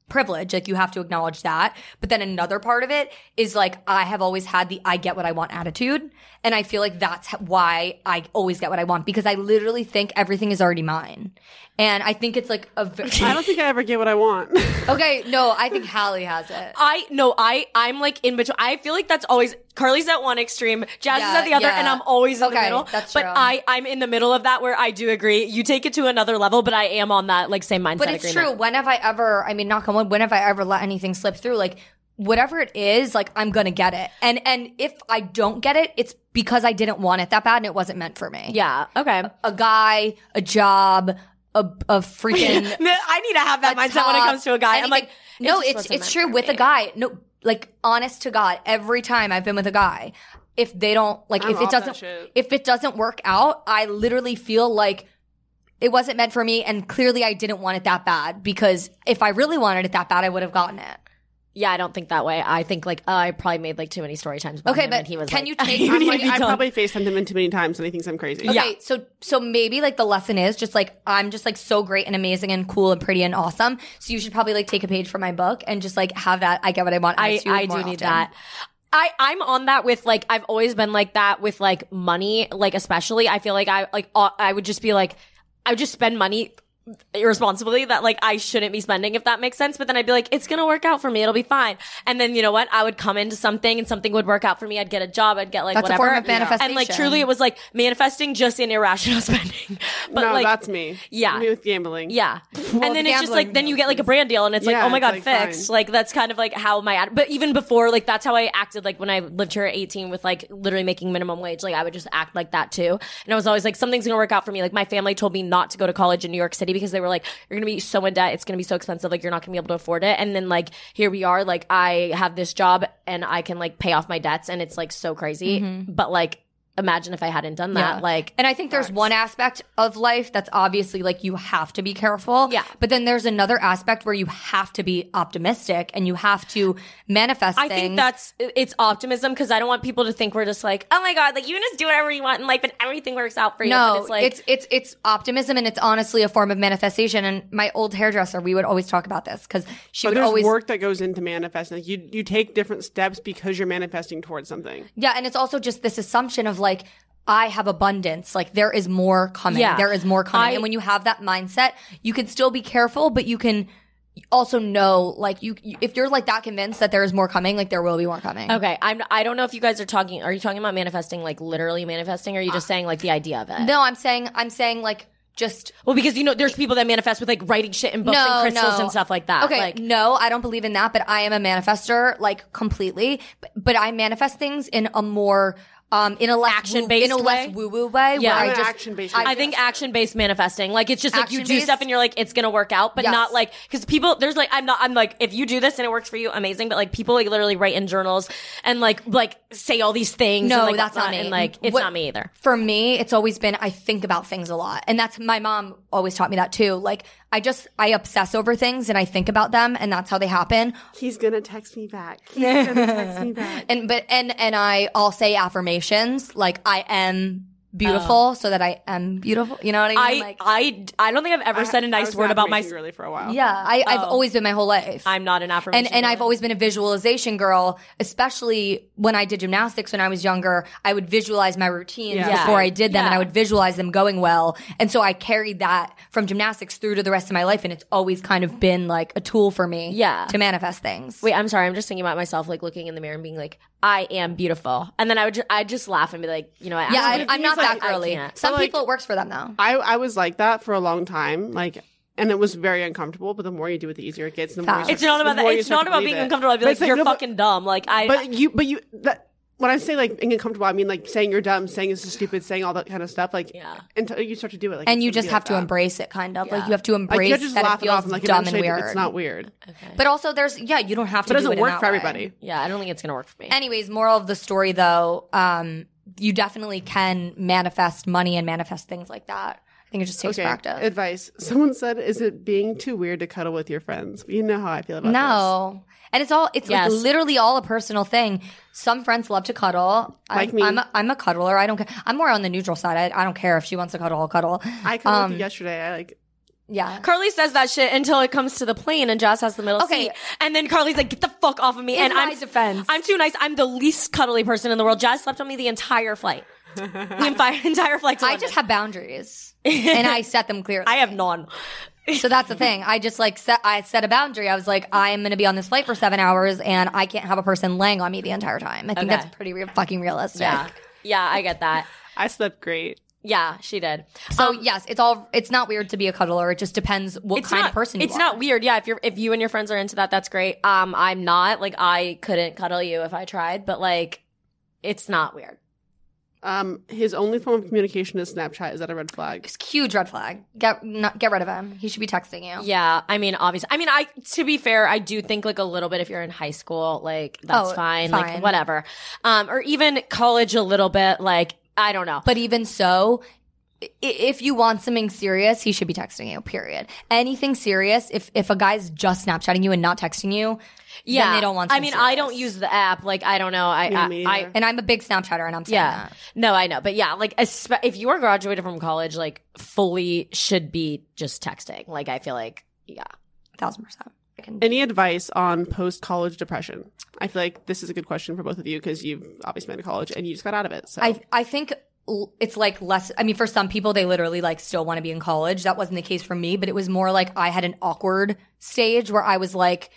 C: privilege. Like you have to acknowledge that. But then another part of it is like, I have always had the I get what I want attitude. And I feel like that's h- why I always get what I want because I literally think everything is already mine. And I think it's like a,
B: (laughs)
C: v-
B: I don't think I ever get what I
A: (laughs)
B: want.
C: (laughs) okay, no, I think Hallie has it.
A: I no, I I'm like in between. I feel like that's always Carly's at one extreme, Jazz is
C: Yeah,
A: at the other,
C: yeah.
A: and I'm always in the
C: Okay,
A: middle.
C: that's
A: But
C: true.
A: I I'm in the middle of that where I do agree. You take it to another level, but I am on that like same mindset.
C: But it's
A: agreement.
C: true. When have I ever? I mean, knock on wood. When have I ever let anything slip through? Like whatever it is, like I'm gonna get it. And and if I don't get it, it's because I didn't want it that bad and it wasn't meant for me.
A: Yeah.
C: (laughs)
A: Okay.
C: A guy, a job, a a
A: Oh,
C: (laughs) freaking
A: (laughs) I need to have that mindset when it
C: top,
A: comes to a guy. I'm
C: anything.
A: like, it
C: no,
A: just
C: it's
A: wasn't
C: it's
A: meant
C: true
A: for
C: with
A: me.
C: a guy. No, like honest to God, every time I've been with a guy, if they don't like,
B: I'm
C: if it
B: off that
C: doesn't,
B: shit.
C: if it doesn't work out, I literally feel like it wasn't meant for me, and clearly I didn't want it that bad because if I really wanted it that bad, I would have gotten it.
A: Yeah, I don't think that way. I think like uh, I probably made like too many story times. about
C: Okay,
A: him,
C: but
A: and he was
C: can
A: like, (laughs)
C: you take-
A: need
C: I'm
B: I'm
A: to
B: like,
A: be
B: I
A: done."
B: probably FaceTimed him in too many times and he thinks I'm crazy.
C: Okay, so so maybe like the lesson is just like I'm just like so great and amazing and cool and pretty and awesome. So you should probably like take a page from my book and just like have that I get what I want.
A: I,
C: attitude
A: I do
C: more
A: need
C: often.
A: that. I, I'm on that with like, I've always been like that with like money, like especially, I feel like I, like, uh, I would just be like, I would just spend money irresponsibly that like I shouldn't be spending, if that makes sense. But then I'd be like, it's going to work out for me. It'll be fine. And then you know what? I would come into something and something would work out for me. I'd get a job. I'd get like
C: That's a
A: whatever.
C: form of
A: And like
C: manifestation.
A: truly it was like manifesting just in irrational (laughs) spending. but
B: no,
A: like,
B: that's me.
A: yeah.
B: Me with gambling.
A: yeah.
B: (laughs)
A: and then it's just like,
C: gambling
A: then you get like a brand deal and it's like,
B: Yeah,
A: oh my
B: it's,
A: God,
B: like,
A: fixed.
B: fine.
A: Like, that's kind of like how my, ad- but even before, like, that's how I acted. Like, when I lived here at 18 with like literally making minimum wage, like, I would just act like that too. And I was always like, something's going to work out for me. Like, my family told me not to go to college in New York City because they were like, you're going to be so in debt. It's going to be so expensive. Like, you're not going to be able to afford it. And then, like, here we are. Like, I have this job and I can like pay off my debts and it's like so crazy.
B: Mm-hmm.
A: But like, imagine if I hadn't done that.
C: Yeah.
A: Like,
C: And I think there's one aspect of life that's obviously like you have to be careful.
A: Yeah.
C: But then there's another aspect where you have to be optimistic and you have to manifest
A: I
C: things.
A: think that's it's optimism because I don't want people to think we're just like, oh my god, like you can just do whatever you want in life and everything works out for you.
C: no,
A: but it's like
C: it's it's it's optimism and it's honestly a form of manifestation. And my old hairdresser, we would always talk about this because she
B: But
C: would
B: there's
C: always
B: work that goes into manifesting. Like you you take different steps because you're manifesting towards something.
C: Yeah, and it's also just this assumption of like I have abundance. Like there is more coming.
A: Yeah.
C: There is more coming.
A: I-
C: and when you have that mindset, you can still be careful, but you can also know like you, you if you're like that convinced that there is more coming, like there will be more coming.
A: okay. I'm I don't know if you guys are talking. Are you talking about manifesting like literally manifesting? Or are you just saying like the idea of it?
C: Uh, No, I'm saying I'm saying like just
A: well, because you know, there's people that manifest with like writing shit in books
C: no,
A: and crystals
C: no.
A: and stuff like that.
C: Okay,
A: like,
C: no, I don't believe in that, but I am a manifester, like completely. But, but I manifest things in a more, um, in a less
A: Action-based
C: woo, in a
A: way?
C: less woo woo way.
A: Yeah.
C: where
A: I'm
C: I
B: an
C: just
B: action-based
C: I-
A: I think action based manifesting, like it's just like you do
C: Action-based?
A: stuff and you're like it's gonna work out, but
C: Yes.
A: not like because people there's like I'm not I'm like if you do this and it works for you, amazing. But like people like literally write in journals and like like say all these things.
C: No,
A: and, like,
C: that's not
A: whatnot,
C: me.
A: And like it's
C: What-
A: not me either.
C: for me, it's always been I think about things a lot. And that's my mom always taught me that too. Like I just I obsess over things and I think about them and that's how they happen.
B: He's gonna text me back. He's gonna text me back.
C: And but and and I all say affirmations like I am beautiful so that I am beautiful. You know what I
A: Oh. I
C: mean? like
A: I Oh I don't think I've ever said a
B: I
A: nice
B: was
A: word
B: an
A: about my.
B: affirmation girly for a while.
C: yeah, I, I've always been my whole life.
A: Oh. I'm not an affirmation.
C: and and I've
A: girl.
C: always been a visualization girl, especially when I did gymnastics when I was younger. I would visualize my routines
A: Yeah.
C: before I did them, and
A: Yeah.
C: I would visualize them going well. And so I carried that from gymnastics through to the rest of my life, and it's always kind of been like a tool for me,
A: Yeah.
C: to manifest things.
A: Wait, I'm sorry. I'm just thinking about myself, like looking in the mirror and being like, "I am beautiful," and then I would ju- I just laugh and be like, "You know, I
C: yeah,
A: actually-
C: I, I'm not that
A: I
C: girly.
A: can't.
C: Some
B: But, like-
C: people it works for them though.
B: I, I was like that for a long time, like, and it was very uncomfortable. But the more you do it, the easier it gets. and The more you start-
C: Facts.
A: It's not
B: the
A: about that.
B: more you
A: It's
B: start
A: not
B: to
A: about
B: believe
A: being
B: it.
A: uncomfortable. I'd be
B: But
A: like,
B: it's like,
A: "You're
B: no, but-
A: fucking dumb." Like I,
B: But you, but you, that, when I say like being uncomfortable, I mean like saying you're dumb, saying it's stupid, saying all that kind of stuff. Like,
A: Yeah.
B: until you start to do it, like,
C: And
B: it's
C: you
B: gonna
C: just
B: be
C: have
B: like
C: to
B: that.
C: embrace it, kind of like
A: Yeah.
C: you have to
B: Like,
C: embrace
B: you have to just
C: that
B: laugh
C: it feels
B: off and like
C: dumb and
B: eventually
C: weird.
B: It's not weird,
C: But also, there's yeah, you don't have to.
B: but it doesn't
C: do it in
B: work
C: that
B: for
C: way.
B: everybody.
A: yeah, I don't think it's gonna work for me.
C: Anyways, moral of the story though, um, you definitely can manifest money and manifest things like that. I think it just takes
B: Okay,
C: practice.
B: advice. Someone said, "Is it being too weird to cuddle with your friends?" You know how I feel about
C: No. And it's all it's
A: Yes.
C: like literally all a personal thing. Some friends love to cuddle.
B: Like
C: I'm,
B: me.
C: I'm a, I'm a cuddler. I don't care. I'm more on the neutral side. I, I don't care if she wants to cuddle, I'll cuddle.
B: this. I cuddled
C: Um,
B: with you yesterday. I like
C: Yeah.
A: Carly says that shit until it comes to the plane and Joss has the middle
C: Okay.
A: seat. And then Carly's like, get the fuck off of me.
C: In
A: and
C: my
A: I'm
C: defense.
A: I'm too nice. I'm the least cuddly person in the world. Joss slept on me the entire flight. (laughs) the entire, entire flight. To
C: I
A: London.
C: just have boundaries. and I set them clearly.
A: I have none. (laughs)
C: So that's the thing. I just like set I set a boundary. I was like, I'm gonna be on this flight for seven hours and I can't have a person laying on me the entire time. I think
A: Okay.
C: that's pretty re- fucking realistic.
A: Yeah. Yeah, I get that.
B: I slept great.
A: Yeah, she did.
C: So yes, it's all it's not weird to be a cuddler. It just depends what
A: Um, It's
C: kind
A: not,
C: of person you
A: It's
C: are.
A: not weird. Yeah, if you're if you and your friends are into that, that's great. Um, I'm not. Like I couldn't cuddle you if I tried, but like it's not weird.
B: Um, his only form of communication is Snapchat. Is that a red flag?
C: It's huge red flag. Get not, get rid of him. He should be texting you.
A: Yeah, I mean, obviously, I mean, I to be fair, I do think like a little bit if you're in high school, like that's
C: Oh,
A: fine, like
C: fine.
A: whatever, um, or even college a little bit, like I don't know.
C: But even so, i- if you want something serious, he should be texting you. Period. Anything serious, if if a guy's just Snapchatting you and not texting you, yeah,
A: Yeah,
C: they don't want.
A: I mean,
C: something
A: I
C: serious.
A: don't use the app. Like, I don't know. I,
B: me
A: I, I
B: neither.
C: And I'm a big Snapchatter, and I'm saying
A: yeah.
C: that.
A: No, I know. But yeah, like, espe- if you are graduated from college, like, fully should be just texting. Like, I feel like, yeah.
C: thousand percent. I can-
B: Any advice on post college depression? I feel like this is a good question for both of you because you've obviously been to college and you just got out of it. So
C: I I think l- it's like less. I mean, for some people, they literally like still want to be in college. That wasn't the case for me, but it was more like I had an awkward stage where I was like,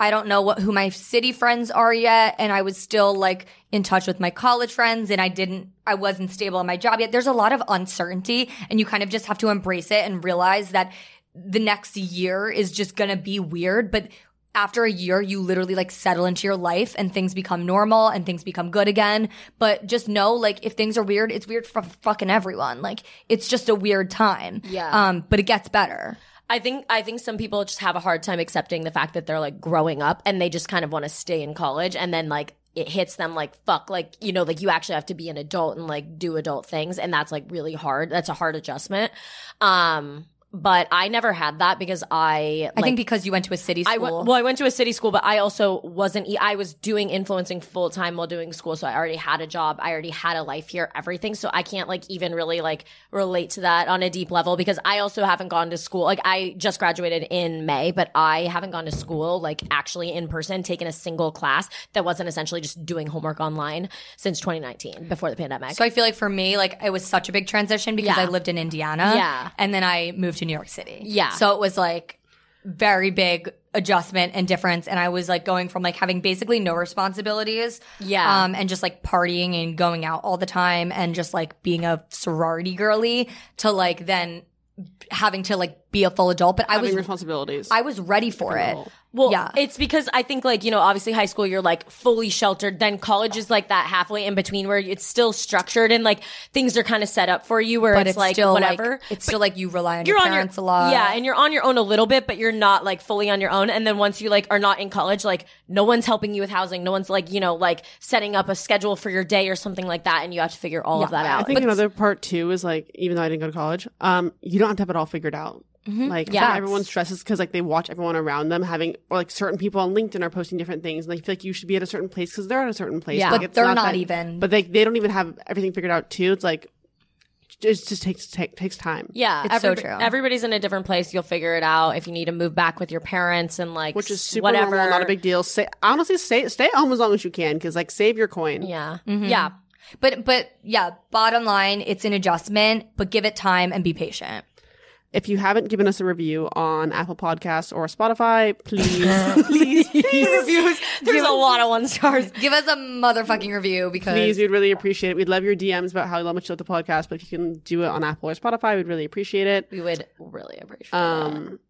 C: I don't know what who my city friends are yet, and I was still like in touch with my college friends, and I didn't. I wasn't stable in my job yet. There's a lot of uncertainty, and you kind of just have to embrace it and realize that the next year is just gonna be weird, but after a year you literally like settle into your life and things become normal and things become good again but just know like if things are weird it's weird for fucking everyone like it's just a weird time
A: Yeah.
C: um but it gets better
A: I think I think some people just have a hard time accepting the fact that they're like growing up and they just kind of want to stay in college and then like it hits them like fuck like you know like you actually have to be an adult and like do adult things and that's like really hard that's a hard adjustment um but I never had that because I
C: i
A: like,
C: think because you went to a city school
A: I went, well, I went to a city school, but I also wasn't. e- I was doing influencing full time while doing school, so I already had a job. I already had a life here, everything. So I can't like even really like relate to that on a deep level because I also haven't gone to school. Like I just graduated in May, but I haven't gone to school like actually in person, taken a single class that wasn't essentially just doing homework online since 2019 before the pandemic.
C: so i feel like for me like it was such a big transition because
A: Yeah.
C: i lived in indiana
A: Yeah.
C: and then i moved to new york city
A: Yeah.
C: so it was like very big adjustment and difference and i was like going from like having basically no responsibilities
A: Yeah.
C: um, and just like partying and going out all the time and just like being a sorority girly to like then having to like be a full adult but i
B: having
C: was
B: responsibilities.
C: i was ready for it
A: Well,
C: Yeah.
A: it's because I think like, you know, obviously high school you're like fully sheltered, then college is like that halfway in between where it's still structured and like things are kind of set up for you where
C: but
A: it's, like
C: still
A: whatever.
C: like it's still like you rely on
A: you're
C: your
A: on your
C: parents a lot
A: Yeah, and you're on your own a little bit, but you're not like fully on your own. And then once you like are not in college, like no one's helping you with housing, no one's like, you know, like setting up a schedule for your day or something like that and you have to figure all of that out.
B: I think another part too is like, even though I didn't go to college, um, you don't have to have it all figured out.
A: Mm-hmm.
B: Like, yeah,
A: Facts.
B: everyone stresses because like they watch everyone around them having, or like certain people on LinkedIn are posting different things, and they feel like you should be at a certain place because they're at a certain place.
A: Yeah.
B: Like,
C: But
B: it's
C: they're not
B: that-
C: even.
B: But they they don't even have everything figured out too. It's like it just takes take, takes time.
A: yeah,
C: It's so
A: everyb-
C: true.
A: Everybody's in a different place. You'll figure it out if you need to move back with your parents and like
B: which is super
A: whatever.
B: normal, not a big deal. Say, honestly, stay stay at home as long as you can because like save your coin.
A: Yeah,
C: Mm-hmm.
A: yeah.
C: but but yeah bottom line it's an adjustment but give it time and be patient
B: If you haven't given us a review on Apple Podcasts or Spotify,
A: (laughs)
B: please, please, please,
A: reviews. There's a lot of one stars.
C: give us a motherfucking review because
B: please, we'd really appreciate it. We'd love your DMs about how much you love the podcast, but if you can do it on Apple or Spotify, we'd really appreciate it.
A: We would really appreciate
B: Um,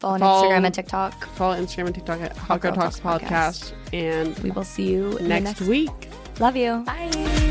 C: follow on
B: Follow-
C: instagram and tiktok
B: follow Instagram and TikTok at Hot Girl Talks Podcast, and
C: we will see you in the
B: next week.
C: Love you.
A: Bye.